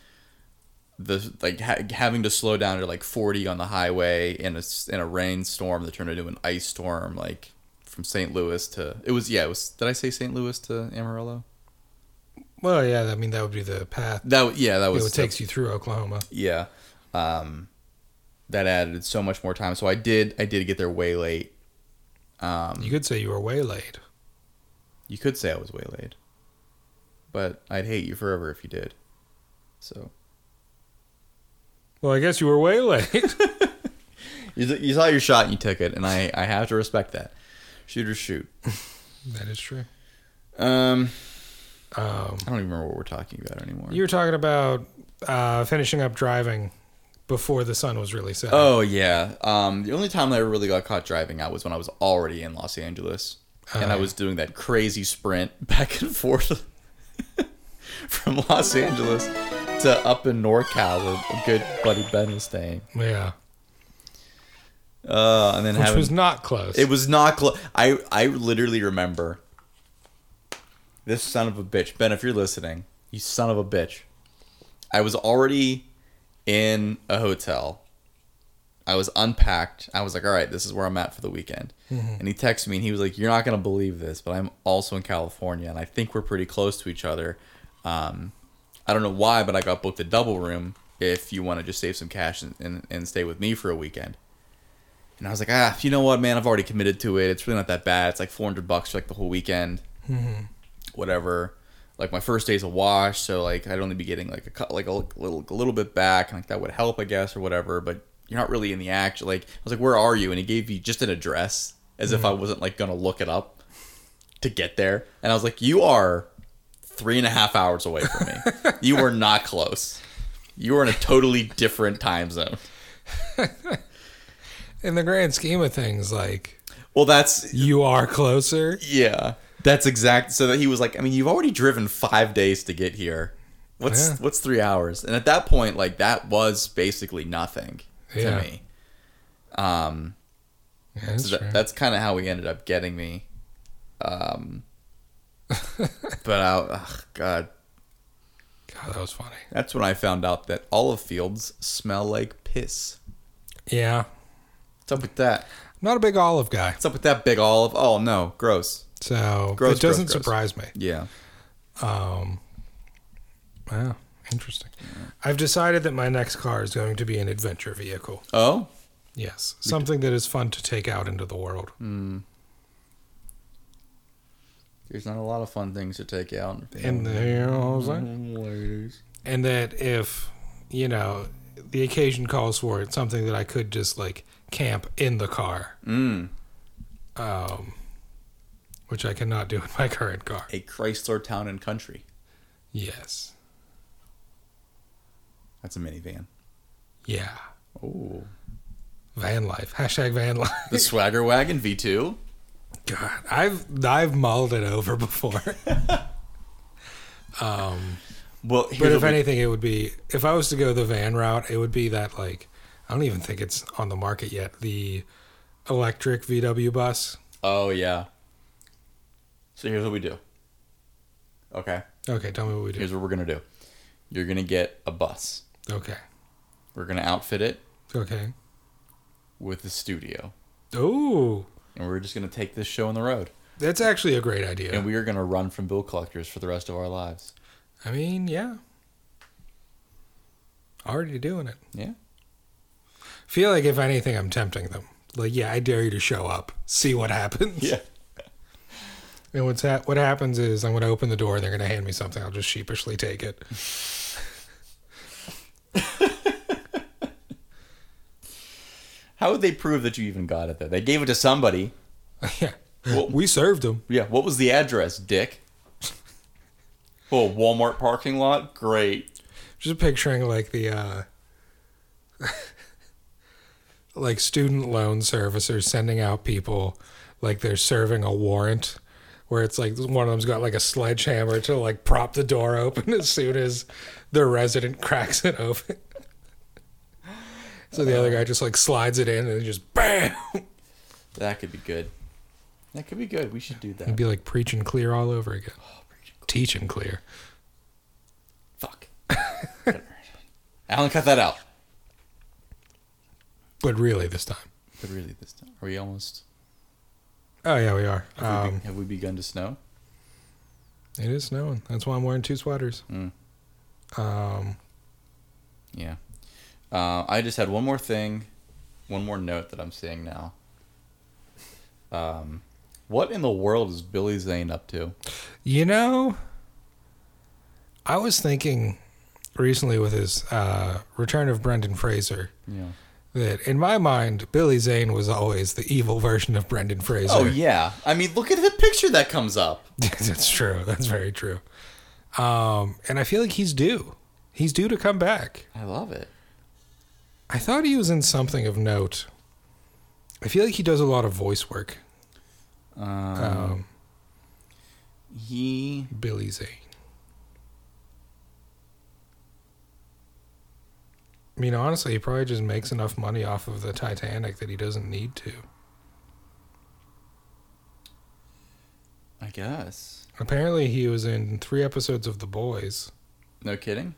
Speaker 1: the like ha- having to slow down to like 40 on the highway in a s- in a rainstorm that turned into an ice storm, like from St. Louis to it was yeah it was did I say St. Louis to Amarillo?
Speaker 2: well, yeah. I mean, that would be the path.
Speaker 1: That w- yeah that
Speaker 2: You
Speaker 1: was
Speaker 2: know, it takes you through Oklahoma.
Speaker 1: Yeah. Um, that added so much more time. So I did I did get there way late. Um,
Speaker 2: You could say you were waylaid.
Speaker 1: you could say I was waylaid, but I'd hate you forever if you did. So
Speaker 2: Well, I guess you were waylaid.
Speaker 1: you, you saw your shot and you took it, and I, I have to respect that. Shooters shoot.
Speaker 2: that is true.
Speaker 1: Um,
Speaker 2: Um,
Speaker 1: I don't even remember what we're talking about anymore.
Speaker 2: you were talking about uh, finishing up driving before the sun was really setting.
Speaker 1: Oh yeah. Um, the only time that I really got caught driving out was when I was already in Los Angeles, and I
Speaker 2: Uh-huh.
Speaker 1: was doing that crazy sprint <laughs> back and forth from Los Angeles to up in NorCal where a good buddy Ben was staying.
Speaker 2: yeah,
Speaker 1: Uh, and then
Speaker 2: which
Speaker 1: having
Speaker 2: was not close.
Speaker 1: it was not close. I I literally remember this son of a bitch, Ben. If you're listening, you son of a bitch. I was already in a hotel. I was unpacked. I was like, all right, this is where I'm at for the weekend. And he texted me and he was like, you're not going to believe this, but I'm also in California and I think we're pretty close to each other. Um, I don't know why, but I got booked a double room if you want to just save some cash and, and, and stay with me for a weekend. And I was like, ah, you know what, man, I've already committed to it. It's really not that bad. It's like 400 bucks for like the whole weekend, Mm-hmm. whatever. Like my first day's a wash, so like I'd only be getting like a cut, like a little, a little bit back, and like that would help, I guess, or whatever. But you're not really in the action. Like I was like, where are you? And he gave me just an address, as if I wasn't like gonna look it up to get there. And I was like, you are three and a half hours away from <laughs> me. you are not close. You are in a totally different time zone.
Speaker 2: in the grand scheme of things, like
Speaker 1: Well, that's
Speaker 2: you are closer.
Speaker 1: Yeah, that's exact. So that he was like, I mean, you've already driven five days to get here. What's
Speaker 2: Yeah.
Speaker 1: what's three hours? And at that point, like that was basically nothing to
Speaker 2: Yeah.
Speaker 1: me. Um,
Speaker 2: Yeah, that's
Speaker 1: so that-
Speaker 2: true.
Speaker 1: that's kind of how he ended up getting me.
Speaker 2: <laughs>
Speaker 1: Um, but I, ugh, God,
Speaker 2: God, that was funny.
Speaker 1: that's when I found out that olive fields smell like piss.
Speaker 2: Yeah,
Speaker 1: What's up with that?
Speaker 2: I'm not a big olive guy,
Speaker 1: What's up with that big olive? Oh no, gross.
Speaker 2: so
Speaker 1: Gross,
Speaker 2: it doesn't
Speaker 1: gross, gross.
Speaker 2: surprise me.
Speaker 1: Yeah.
Speaker 2: Um, wow, interesting. I've decided that my next car is going to be an adventure vehicle.
Speaker 1: Oh,
Speaker 2: Yes, something that is fun to take out into the world.
Speaker 1: Mm. there's not a lot of fun things to take out.
Speaker 2: And the, you know what I'm saying? and that if you know the occasion calls for it, something that I could just like camp in the car,
Speaker 1: Mm.
Speaker 2: um, which I cannot do in my <laughs> current car.
Speaker 1: a Chrysler Town and Country.
Speaker 2: Yes,
Speaker 1: That's a minivan.
Speaker 2: yeah,
Speaker 1: Oh,
Speaker 2: van life. Hashtag van life.
Speaker 1: the Swagger Wagon V2.
Speaker 2: <laughs> God, I've I've mulled it over <laughs> before. um,
Speaker 1: Well,
Speaker 2: but
Speaker 1: here's
Speaker 2: if
Speaker 1: what we-
Speaker 2: anything, it would be if I was to go the van route, it would be that like I don't even think it's on the market yet. The electric VW bus.
Speaker 1: oh yeah. So here's what we do. Okay,
Speaker 2: Okay, tell me what we do.
Speaker 1: here's what we're gonna do. You're gonna get a bus.
Speaker 2: Okay.
Speaker 1: We're gonna outfit it
Speaker 2: Okay.
Speaker 1: with the studio,
Speaker 2: Oh,
Speaker 1: and we're just gonna take this show on the road,
Speaker 2: that's actually a great idea.
Speaker 1: and we are gonna run from bill collectors for the rest of our lives.
Speaker 2: I mean, yeah. Already doing it.
Speaker 1: Yeah.
Speaker 2: Feel like if anything, I'm tempting them. Like, yeah, I dare you to show up. See what happens. And what's ha- what happens is I'm going to open the door and they're going to hand me something. I'll just sheepishly take it. <laughs>
Speaker 1: How would they prove that you even got it? Though they gave it to somebody.
Speaker 2: yeah.
Speaker 1: What-
Speaker 2: We served them.
Speaker 1: Yeah, what was the address, Dick? <laughs> Oh, Walmart parking lot? Great.
Speaker 2: Just picturing like the uh <laughs> like student loan servicers sending out people like they're serving a warrant where it's like one of them's got like a sledgehammer to like prop the door open <laughs> as soon as the resident <laughs> cracks it open. So the other guy just like slides it in and just bam.
Speaker 1: That could be good. That could be good. We should do
Speaker 2: It'd
Speaker 1: that.
Speaker 2: be like preach and clear all over again. Teach and clear.
Speaker 1: Fuck. <laughs> Alan, cut that out.
Speaker 2: But really this time.
Speaker 1: But really, this time, are we almost?
Speaker 2: Oh yeah, we are.
Speaker 1: Have, we,
Speaker 2: Um,
Speaker 1: be- have we begun to snow?
Speaker 2: it is snowing. That's why I'm wearing two sweaters.
Speaker 1: Mm.
Speaker 2: Um
Speaker 1: Yeah. Uh, I just had one more thing, one more note that I'm seeing now. Um, what in the world is Billy Zane up to?
Speaker 2: You know, I was thinking recently with his uh, return of Brendan Fraser
Speaker 1: You know.
Speaker 2: that in my mind, Billy Zane was always the evil version of Brendan Fraser.
Speaker 1: Oh yeah, I mean, look at the picture that comes up.
Speaker 2: <laughs> That's true. That's very true. Um, and I feel like he's due. He's due to come back.
Speaker 1: I love it.
Speaker 2: I thought he was in something of note. I feel like he does a lot of voice work.
Speaker 1: Um,
Speaker 2: Um,
Speaker 1: he
Speaker 2: Billy Zane. I mean, honestly, he probably just makes enough money off of the Titanic that he doesn't need to.
Speaker 1: I guess.
Speaker 2: Apparently, he was in three episodes of The Boys.
Speaker 1: No kidding.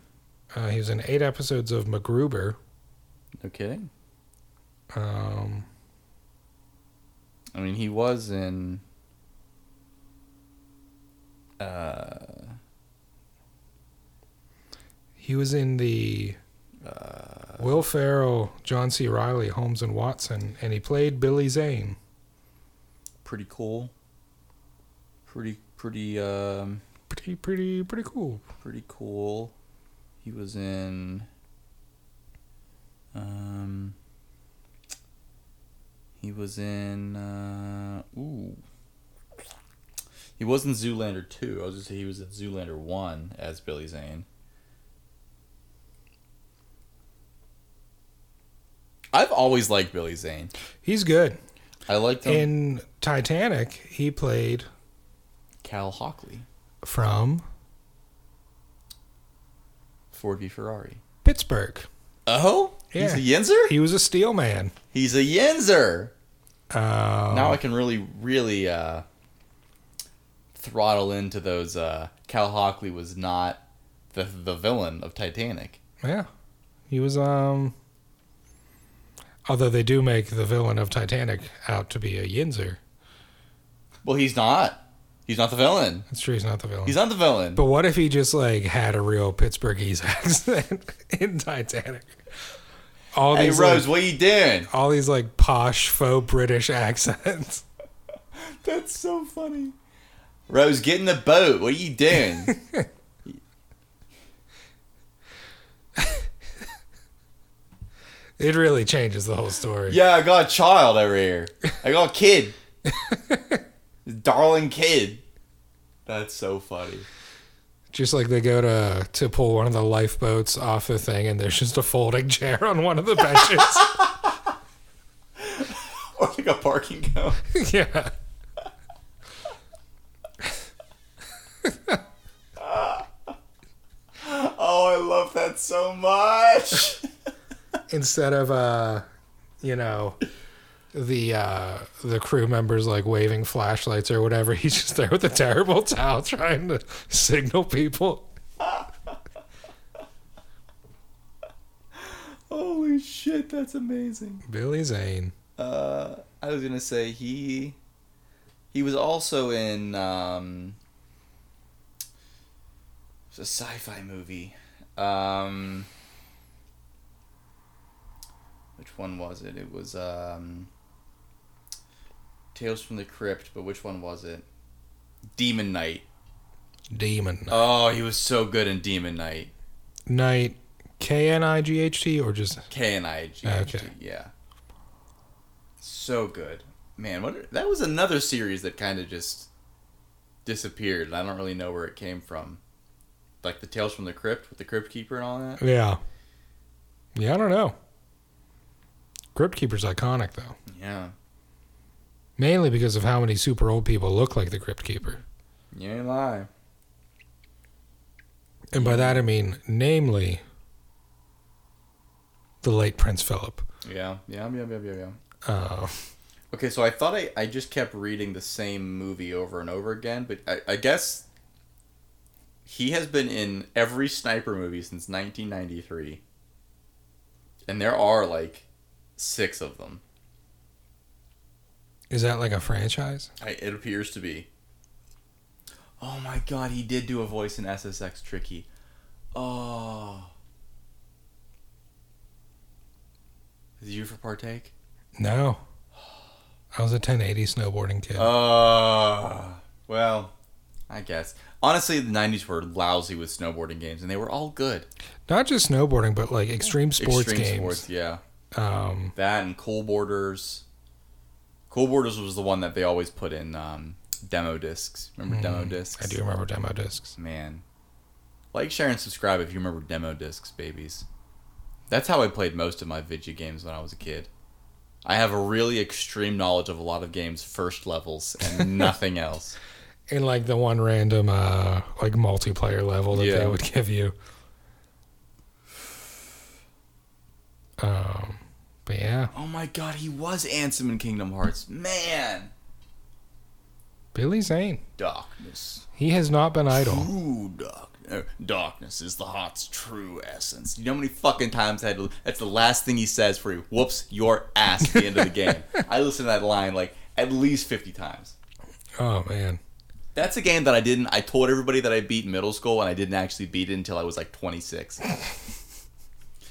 Speaker 2: Uh, he was in eight episodes of MacGruber.
Speaker 1: No kidding.
Speaker 2: Um,
Speaker 1: I mean, he was in. Uh,
Speaker 2: he was in the Will Ferrell, John C. Riley, Holmes and Watson, and he played Billy Zane.
Speaker 1: pretty cool. Pretty pretty um
Speaker 2: Pretty, pretty, pretty cool.
Speaker 1: pretty cool. He was in. Um. He was in. Uh, ooh. He was in Zoolander two. I was just he was in Zoolander one as Billy Zane. I've always liked Billy Zane.
Speaker 2: He's good.
Speaker 1: I liked him.
Speaker 2: In Titanic, he played
Speaker 1: Cal Hockley,
Speaker 2: from
Speaker 1: Ford v Ferrari.
Speaker 2: Pittsburgh.
Speaker 1: Oh, he's
Speaker 2: Yeah.
Speaker 1: a Yinzer.
Speaker 2: He was a steel man.
Speaker 1: He's a Yinzer.
Speaker 2: Uh,
Speaker 1: now I can really, really uh, throttle into those. Uh, Cal Hockley was not the the villain of Titanic.
Speaker 2: Yeah. He was um although they do make the villain of Titanic out to be a Yinzer.
Speaker 1: Well, he's not. He's not the villain.
Speaker 2: That's true he's not the villain.
Speaker 1: He's not the villain.
Speaker 2: but what if he just like had a real Pittsburghese <laughs> accent in Titanic? All
Speaker 1: Hey
Speaker 2: these
Speaker 1: Rose,
Speaker 2: like,
Speaker 1: what you doing?
Speaker 2: all these like posh faux British <laughs> accents.
Speaker 1: That's so funny. Rose, get in the boat. What are you doing?
Speaker 2: It really changes the whole story.
Speaker 1: yeah, I got a child over here. I got a kid. Darling kid. That's so funny.
Speaker 2: Just like they go to to pull one of the lifeboats off the thing and there's just a folding <laughs> chair on one of the benches. <laughs>
Speaker 1: Or <laughs> like a parking cone.
Speaker 2: yeah.
Speaker 1: Oh, I love that so much.
Speaker 2: instead of uh you know the uh the crew members like waving flashlights or whatever <laughs> he's just there with a terrible towel trying to signal people
Speaker 1: <laughs> Holy shit, that's amazing.
Speaker 2: billy zane
Speaker 1: Uh, I was gonna say he he was also in um, it's a sci-fi movie. Um, which one was it? It was um, Tales from the Crypt, but which one was it? Demon Knight.
Speaker 2: demon
Speaker 1: Oh, he was so good in Demon Knight.
Speaker 2: knight k-n-i-g-h-t or just
Speaker 1: K and I G.
Speaker 2: Okay.
Speaker 1: Yeah. So good, man. What that was another series that kind of just disappeared. and I don't really know where it came from. Like the Tales from the Crypt with the Crypt Keeper and all that.
Speaker 2: yeah yeah i don't know crypt keeper's iconic though
Speaker 1: Yeah.
Speaker 2: mainly because of how many super old people look like the crypt keeper
Speaker 1: You ain't lie.
Speaker 2: and by that i mean namely the late prince philip
Speaker 1: Yeah. Yeah. Yeah. Yeah. Yeah. yeah.
Speaker 2: uh,
Speaker 1: Okay, so I thought I, I just kept reading the same movie over and over again, but I, I guess he has been in every sniper movie since 1993. And there are like six of them.
Speaker 2: is that like a franchise
Speaker 1: I, it appears to be. Oh my god, he did do a voice in SSX Tricky. Oh. Is it you for partake?
Speaker 2: No. I was a 1080 snowboarding kid.
Speaker 1: Oh. Uh, well, I guess. Honestly, the 90s were lousy with snowboarding games, and they were all good.
Speaker 2: Not just snowboarding, but like extreme sports
Speaker 1: Extreme
Speaker 2: games.
Speaker 1: sports, yeah.
Speaker 2: Um,
Speaker 1: That and Cool Borders. Cool Borders was the one that they always put in um, demo discs. Remember demo discs?
Speaker 2: Hmm, I do remember demo discs.
Speaker 1: Man. Like, share, and subscribe if you remember demo discs, babies. That's how I played most of my video games when I was a kid. I have a really extreme knowledge of a lot of games' first levels and nothing else.
Speaker 2: And like the one random uh like multiplayer level that
Speaker 1: Yeah.
Speaker 2: they would give you. Um but yeah.
Speaker 1: Oh my god, he was Ansem in Kingdom Hearts. Man!
Speaker 2: Billy Zane.
Speaker 1: Darkness.
Speaker 2: He has not been idle.
Speaker 1: True dark, er, darkness is the heart's true essence. You know how many fucking times I had to, that's the last thing he says for you. Whoops, your ass at the end of the game. I listened to that line like at least 50 times.
Speaker 2: Oh man.
Speaker 1: That's a game that I didn't, I told everybody that I beat in middle school and I didn't actually beat it until I was like <laughs> 26.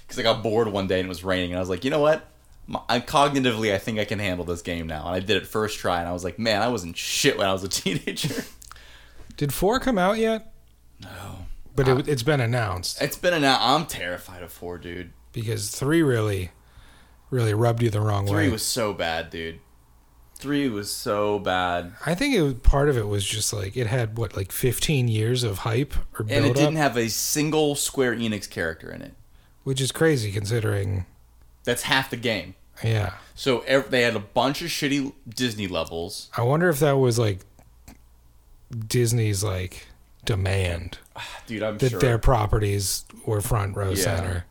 Speaker 1: Because I got bored one day and it was raining and I was like, you know what? My- I cognitively, I think I can handle this game now. And I did it first try and I was like, man, I wasn't shit when I was a <laughs> teenager.
Speaker 2: Did 4 come out yet?
Speaker 1: No.
Speaker 2: But it, it's been announced
Speaker 1: It's been an hour. I'm terrified of 4, dude.
Speaker 2: because 3 really really rubbed you the wrong
Speaker 1: Three
Speaker 2: way.
Speaker 1: was so bad, dude. Three was so bad,
Speaker 2: I think it was, part of it was just like it had what like 15 years of hype or
Speaker 1: and it
Speaker 2: build
Speaker 1: didn't
Speaker 2: up,
Speaker 1: have a single Square Enix character in it.
Speaker 2: which is crazy considering
Speaker 1: That's half the game.
Speaker 2: yeah.
Speaker 1: So ev they had a bunch of shitty Disney levels.
Speaker 2: I wonder if that was like Disney's like demand
Speaker 1: Ah, Dude, I'm
Speaker 2: that
Speaker 1: sure.
Speaker 2: their properties were front row
Speaker 1: Yeah.
Speaker 2: center.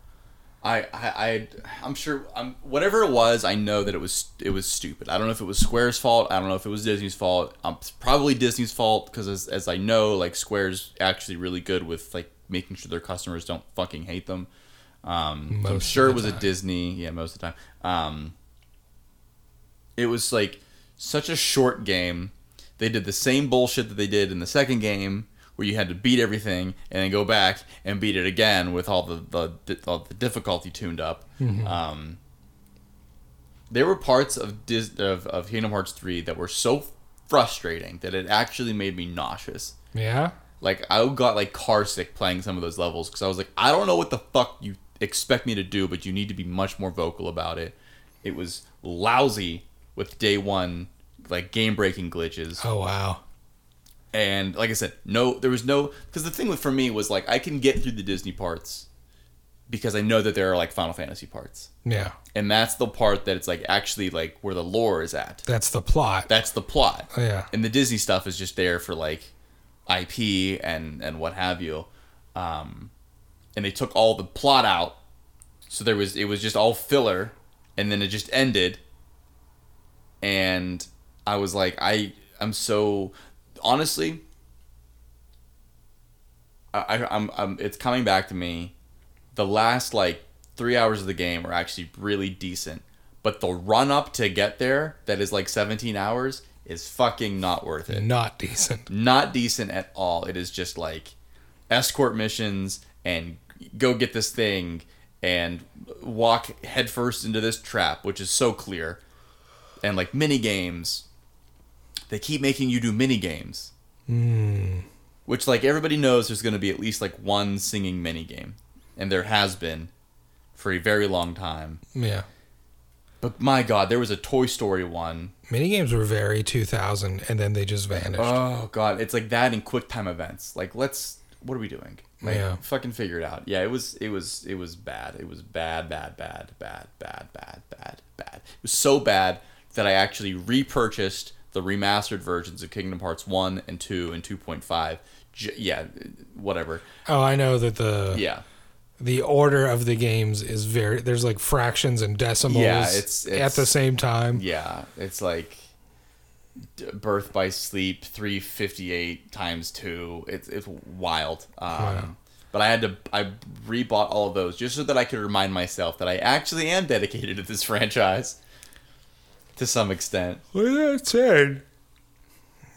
Speaker 1: I, I, I, am sure. I'm, whatever it was, I know that it was it was stupid. I don't know if it was Square's fault. I don't know if it was Disney's fault. Um, it's probably Disney's fault because, as, as I know, like Square's actually really good with like making sure their customers don't fucking hate them. Um, so I'm
Speaker 2: Most
Speaker 1: sure
Speaker 2: of
Speaker 1: it
Speaker 2: the
Speaker 1: was a
Speaker 2: time.
Speaker 1: Disney. Yeah, most of the time. Um, it was like such a short game. They did the same bullshit that they did in the second game, where you had to beat everything and then go back and beat it again with all the the, all the difficulty tuned up. Um, there were parts of, Dis- of of Kingdom Hearts three that were so frustrating that it actually made me nauseous.
Speaker 2: Yeah.
Speaker 1: Like I got like car sick playing some of those levels because I was like, I don't know what the fuck you expect me to do, but you need to be much more vocal about it. It was lousy with day one, like game breaking glitches,
Speaker 2: Oh wow.
Speaker 1: and like I said, no, there was no because the thing with for me was like I can get through the Disney parts because I know that there are like Final Fantasy parts,
Speaker 2: Yeah.
Speaker 1: and that's the part that it's like actually like where the lore is at.
Speaker 2: That's the plot.
Speaker 1: That's the plot
Speaker 2: yeah.
Speaker 1: and the Disney stuff is just there for like IP and and what have you. Um, and they took all the plot out, so there was it was just all filler, and then it just ended. And I was like, I I'm so honestly, I, I I'm, I'm it's coming back to me. The last like three hours of the game are actually really decent, but the run up to get there that is like 17 hours is fucking not worth it
Speaker 2: Not decent.
Speaker 1: not decent at all. It is just like escort missions and go get this thing and walk headfirst into this trap, which is so clear. And like mini games, they keep making you do mini games. Which like everybody knows, there's going to be at least like one singing mini game, and there has been for a very long time.
Speaker 2: Yeah.
Speaker 1: But my God, there was a Toy Story one.
Speaker 2: Minigames were very 2000 and then they just vanished.
Speaker 1: Oh god, it's like that in quick time events. Like let's what are we doing? Like
Speaker 2: Yeah.
Speaker 1: fucking figure it out. Yeah, it was it was it was bad. It was bad, bad, bad, bad, bad, bad, bad, bad. It was so bad that I actually repurchased the remastered versions of Kingdom Hearts 1 and 2 and 2.5. J- yeah, whatever.
Speaker 2: oh, I know that the
Speaker 1: Yeah.
Speaker 2: the order of the games is very there's like fractions and decimals
Speaker 1: Yeah, it's-
Speaker 2: at
Speaker 1: it's-
Speaker 2: the same time.
Speaker 1: Yeah, it's like d- birth by sleep 358 times 2. It's it's wild. Um But I had to I rebought all of those just so that I could remind myself that I actually am dedicated to this <laughs> franchise to some extent.
Speaker 2: With that said,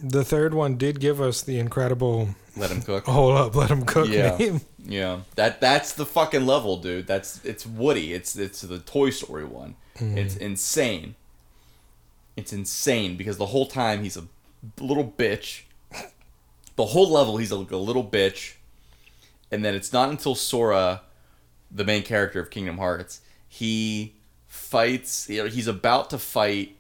Speaker 2: the third one did give us the incredible
Speaker 1: Let him
Speaker 2: <laughs>
Speaker 1: cook.
Speaker 2: hold up, let them cook
Speaker 1: Yeah.
Speaker 2: name.
Speaker 1: Yeah. That that's the fucking level, dude. That's it's Woody. It's it's the Toy Story one. It's insane. It's insane because the whole time he's a little bitch. The whole level he's like a little bitch. And then it's not until Sora, the main character of Kingdom Hearts, he fights. You know, he's about to fight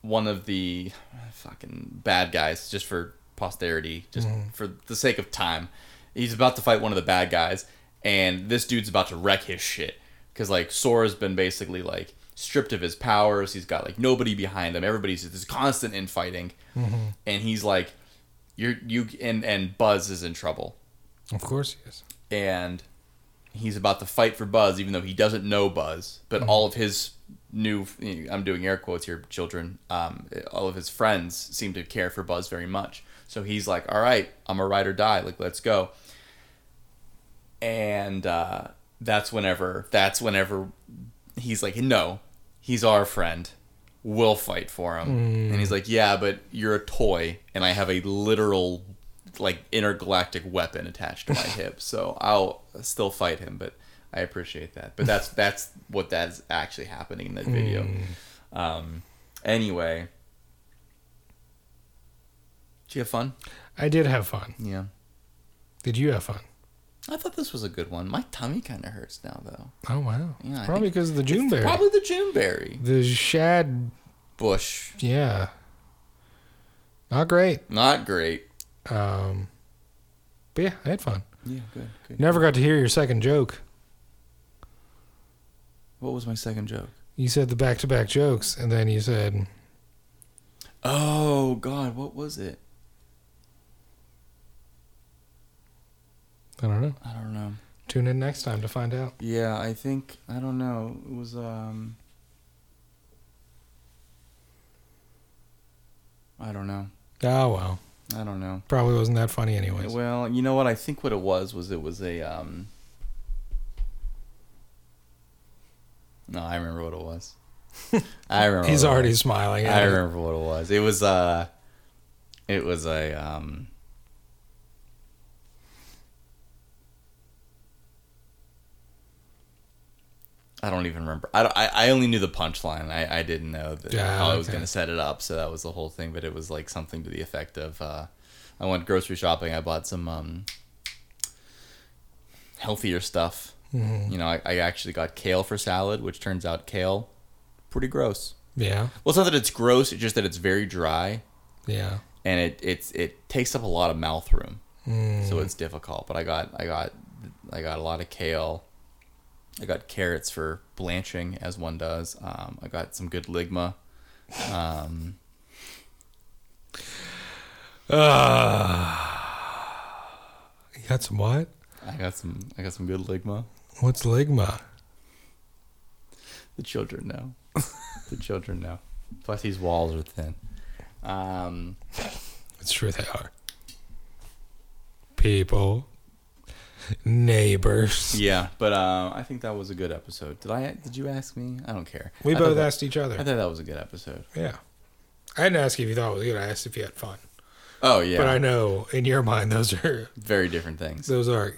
Speaker 1: one of the fucking bad guys just for posterity, just for the sake of time. He's about to fight one of the bad guys, and this dude's about to wreck his shit because like Sora's been basically like stripped of his powers. He's got like nobody behind him. Everybody's this constant infighting, and he's like, "You're you." And and Buzz is in trouble,
Speaker 2: Of course he is.
Speaker 1: and he's about to fight for Buzz, even though he doesn't know Buzz. But all of his new, I'm doing air quotes here, children, um, all of his friends seem to care for Buzz very much. So he's like, all right, I'm a ride or die. Like, let's go. And uh, that's whenever, that's whenever he's like, no, he's our friend. We'll fight for him. And he's like, yeah, but you're a toy, and I have a literal like intergalactic weapon attached to my hip, so I'll still fight him. But I appreciate that. But that's that's what that's actually happening in that video. Um, anyway, did you have fun?
Speaker 2: I did have fun.
Speaker 1: Yeah,
Speaker 2: Did you have fun?
Speaker 1: I thought this was a good one. My tummy kind of hurts now, though.
Speaker 2: Oh wow.
Speaker 1: Yeah, I
Speaker 2: Probably
Speaker 1: think-
Speaker 2: because of the June berry.
Speaker 1: Probably the Juneberry
Speaker 2: the shad.
Speaker 1: bush.
Speaker 2: Yeah. Not great.
Speaker 1: Not great.
Speaker 2: Um, but yeah, I had fun.
Speaker 1: Yeah, good. Good.
Speaker 2: Never got to hear your second joke.
Speaker 1: What was my second joke?
Speaker 2: You said the back-to-back jokes, and then you said,
Speaker 1: Oh God, what was it?
Speaker 2: I don't know.
Speaker 1: I don't know.
Speaker 2: Tune in next time to find out.
Speaker 1: Yeah, I think I don't know. It was um I don't know.
Speaker 2: Oh well,
Speaker 1: I don't know.
Speaker 2: probably wasn't that funny anyways.
Speaker 1: Well, you know what I think what it was was it was a um No, I remember what it was. <laughs> I remember.
Speaker 2: He's
Speaker 1: what it
Speaker 2: already
Speaker 1: was.
Speaker 2: smiling.
Speaker 1: I
Speaker 2: At it.
Speaker 1: remember what it was. It was uh it was a um I don't even remember. I, don't- I, I only knew the punchline. I, I didn't know that,
Speaker 2: Yeah,
Speaker 1: how I was
Speaker 2: okay.
Speaker 1: going to set it up, so that was the whole thing. But it was like something to the effect of, uh, I went grocery shopping. I bought some um, healthier stuff.
Speaker 2: Mm-hmm.
Speaker 1: You know, I, I actually got kale for salad, which turns out kale, pretty gross.
Speaker 2: Yeah,
Speaker 1: Well, it's not that it's gross; it's just that it's very dry,
Speaker 2: yeah.
Speaker 1: and it it's it takes up a lot of mouth room, so it's difficult. But I got I got I got a lot of kale. I got carrots for blanching, as one does. Um, I got some good ligma. Um,
Speaker 2: You got some what?
Speaker 1: I got some I got some good ligma.
Speaker 2: What's ligma?
Speaker 1: The children know. the children know. Plus, these walls are thin. Um,
Speaker 2: It's true they are. People, neighbors.
Speaker 1: yeah, but uh, I think that was a good episode. Did I? Did you ask me? I don't care.
Speaker 2: We
Speaker 1: I thought
Speaker 2: both
Speaker 1: that-
Speaker 2: asked each
Speaker 1: I
Speaker 2: other.
Speaker 1: thought that was a good episode.
Speaker 2: Yeah. I didn't ask you if you thought it was good. I asked if you had fun.
Speaker 1: Oh yeah,
Speaker 2: But I know in your mind those are
Speaker 1: very different things.
Speaker 2: those are,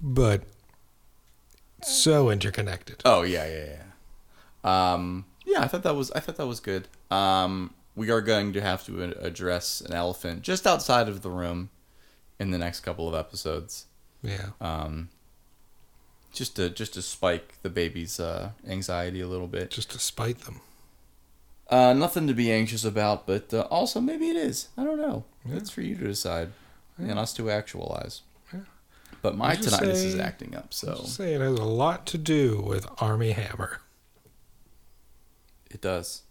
Speaker 2: but so interconnected.
Speaker 1: Oh yeah, yeah, yeah. Um, yeah, I thought that was I thought that was good. Um, we are going to have to a- address an elephant just outside of the room in the next couple of episodes.
Speaker 2: Yeah.
Speaker 1: Um, just to just to spike the baby's uh, anxiety a little bit.
Speaker 2: Just to spite them.
Speaker 1: Uh, nothing to be anxious about, but uh, also maybe it is. I don't know.
Speaker 2: Yeah.
Speaker 1: It's for you to decide and us to actualize.
Speaker 2: Yeah.
Speaker 1: But my
Speaker 2: Would you
Speaker 1: tinnitus is
Speaker 2: say-
Speaker 1: acting up, so
Speaker 2: Just say it has a lot to do with Army Hammer.
Speaker 1: it does.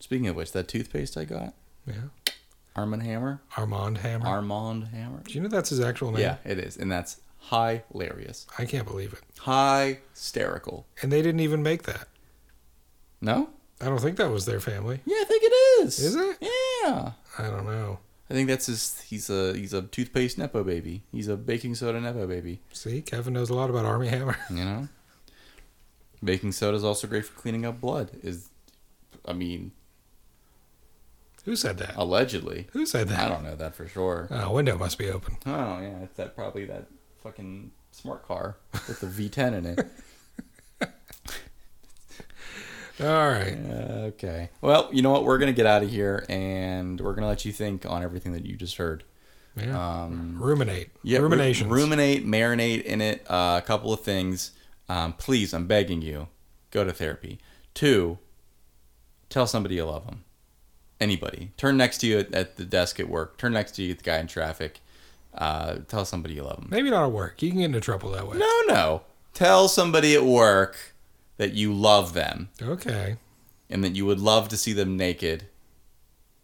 Speaker 1: Speaking of which, that toothpaste I got,
Speaker 2: Yeah.
Speaker 1: Arm and Hammer,
Speaker 2: Armand Hammer.
Speaker 1: Armand Hammer.
Speaker 2: Do you know that's his actual name?
Speaker 1: Yeah, it is, and that's hilarious,
Speaker 2: I can't believe it.
Speaker 1: hysterical.
Speaker 2: And they didn't even make that.
Speaker 1: No?
Speaker 2: I don't think that was their family.
Speaker 1: Yeah, I think it is.
Speaker 2: Is it?
Speaker 1: Yeah.
Speaker 2: I don't know.
Speaker 1: I think that's his. He's a he's a toothpaste nepo baby. He's a baking soda nepo baby.
Speaker 2: See, Kevin knows a lot about Army Hammer. <laughs>
Speaker 1: You know, baking soda is also great for cleaning up blood. Is, I mean,
Speaker 2: Who said that?
Speaker 1: allegedly.
Speaker 2: Who said
Speaker 1: I
Speaker 2: that?
Speaker 1: don't know that for sure.
Speaker 2: Oh, window must be open.
Speaker 1: Oh yeah, it's that probably that fucking <laughs> smart car with the V10 in it.
Speaker 2: All right.
Speaker 1: Okay. Well, you know what? We're gonna get out of here, and we're gonna let you think on everything that you just heard.
Speaker 2: Yeah.
Speaker 1: Um,
Speaker 2: Ruminate.
Speaker 1: yeah, ru-
Speaker 2: Ruminations.
Speaker 1: ruminate, marinate in it. Uh, a couple of things. Um, please, I'm begging you, go to therapy. Two, tell somebody you love them. Anybody. Turn next to you at, at the desk at work. Turn next to you at the guy in traffic. Uh, tell somebody you love them.
Speaker 2: Maybe not at work. You can get into trouble that way.
Speaker 1: No, no. Tell somebody at work that you love them
Speaker 2: Okay.
Speaker 1: and that you would love to see them naked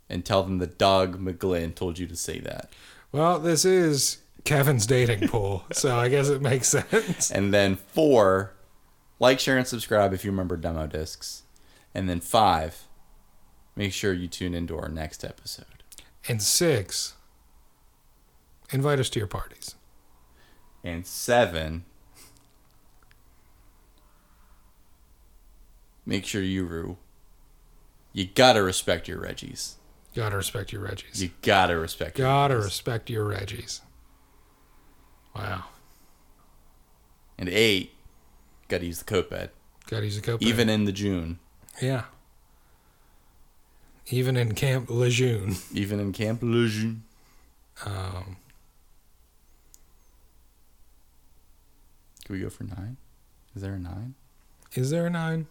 Speaker 1: and tell them that Doug McGlynn told you to say that.
Speaker 2: Well, this is Kevin's dating pool, so I guess it makes sense.
Speaker 1: And then four, like, share, and subscribe if you remember demo discs. And then five, make sure you tune into our next episode.
Speaker 2: And six, invite us to your parties.
Speaker 1: And seven, make sure you rue. You gotta respect your Reggies.
Speaker 2: Gotta respect your Reggies.
Speaker 1: You gotta respect. your
Speaker 2: Gotta
Speaker 1: Reggies.
Speaker 2: respect your Reggies. Wow.
Speaker 1: And eight, gotta use the coat bed,
Speaker 2: Gotta use a coat.
Speaker 1: even in the June,
Speaker 2: bag. Yeah. Even in Camp Lejeune.
Speaker 1: even in Camp Lejeune.
Speaker 2: Um,
Speaker 1: Can we go for nine? Is there a nine?
Speaker 2: is there a nine?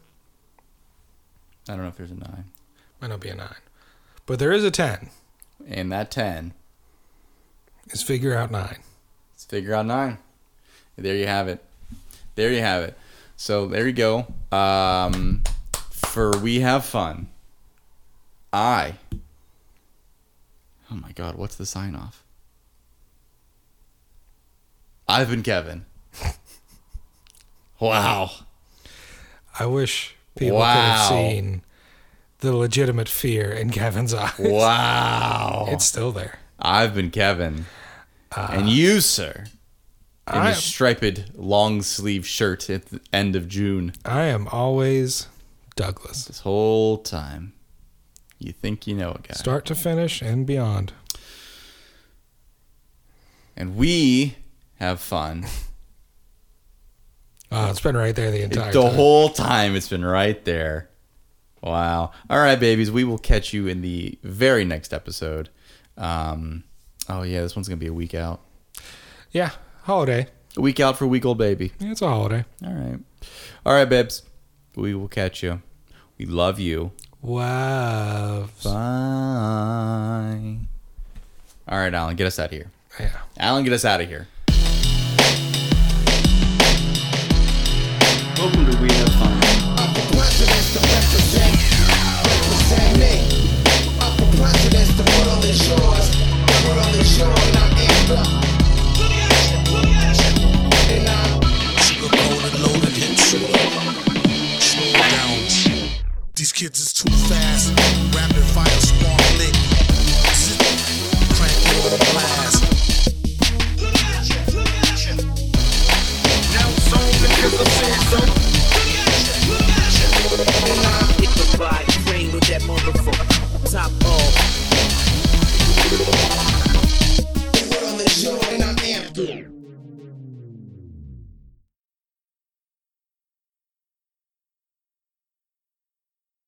Speaker 1: I don't know if there's a nine.
Speaker 2: Might not be a nine. But there is a ten.
Speaker 1: And that ten,
Speaker 2: Is figure out nine.
Speaker 1: let's figure out nine. There you have it. There you have it. So there you go. Um, for we have fun. I. Oh my God! What's the sign off? I've been Kevin. <laughs> Wow.
Speaker 2: I wish people
Speaker 1: Wow.
Speaker 2: could have seen the legitimate fear in Kevin's eyes.
Speaker 1: Wow. Uh,
Speaker 2: It's still there.
Speaker 1: I've been Kevin. and you, sir, in
Speaker 2: I
Speaker 1: a
Speaker 2: am-
Speaker 1: striped long sleeve shirt at the end of June.
Speaker 2: I am always Douglas,
Speaker 1: This whole time, you think you know a guy.
Speaker 2: start to finish and beyond.
Speaker 1: and we have fun.
Speaker 2: Oh, it's been right there the entire
Speaker 1: the
Speaker 2: time.
Speaker 1: whole time it's been right there. Wow. All right, babies. We will catch you in the very next episode. Um, oh, yeah. This one's going to be a week out.
Speaker 2: yeah, holiday.
Speaker 1: A week out for week old baby.
Speaker 2: Yeah, It's a holiday.
Speaker 1: All right. All right, babes. We will catch you. We love you.
Speaker 2: Wow.
Speaker 1: Bye. All right, Alan, get us out of here.
Speaker 2: Yeah.
Speaker 1: Alan, get us out of here. Welcome to We Have Fun.
Speaker 3: These kids is too fast. Rapid fire spark lit. Zip. Crack it on blast.
Speaker 4: Look at you, look at you.
Speaker 3: Now it's on because I said so.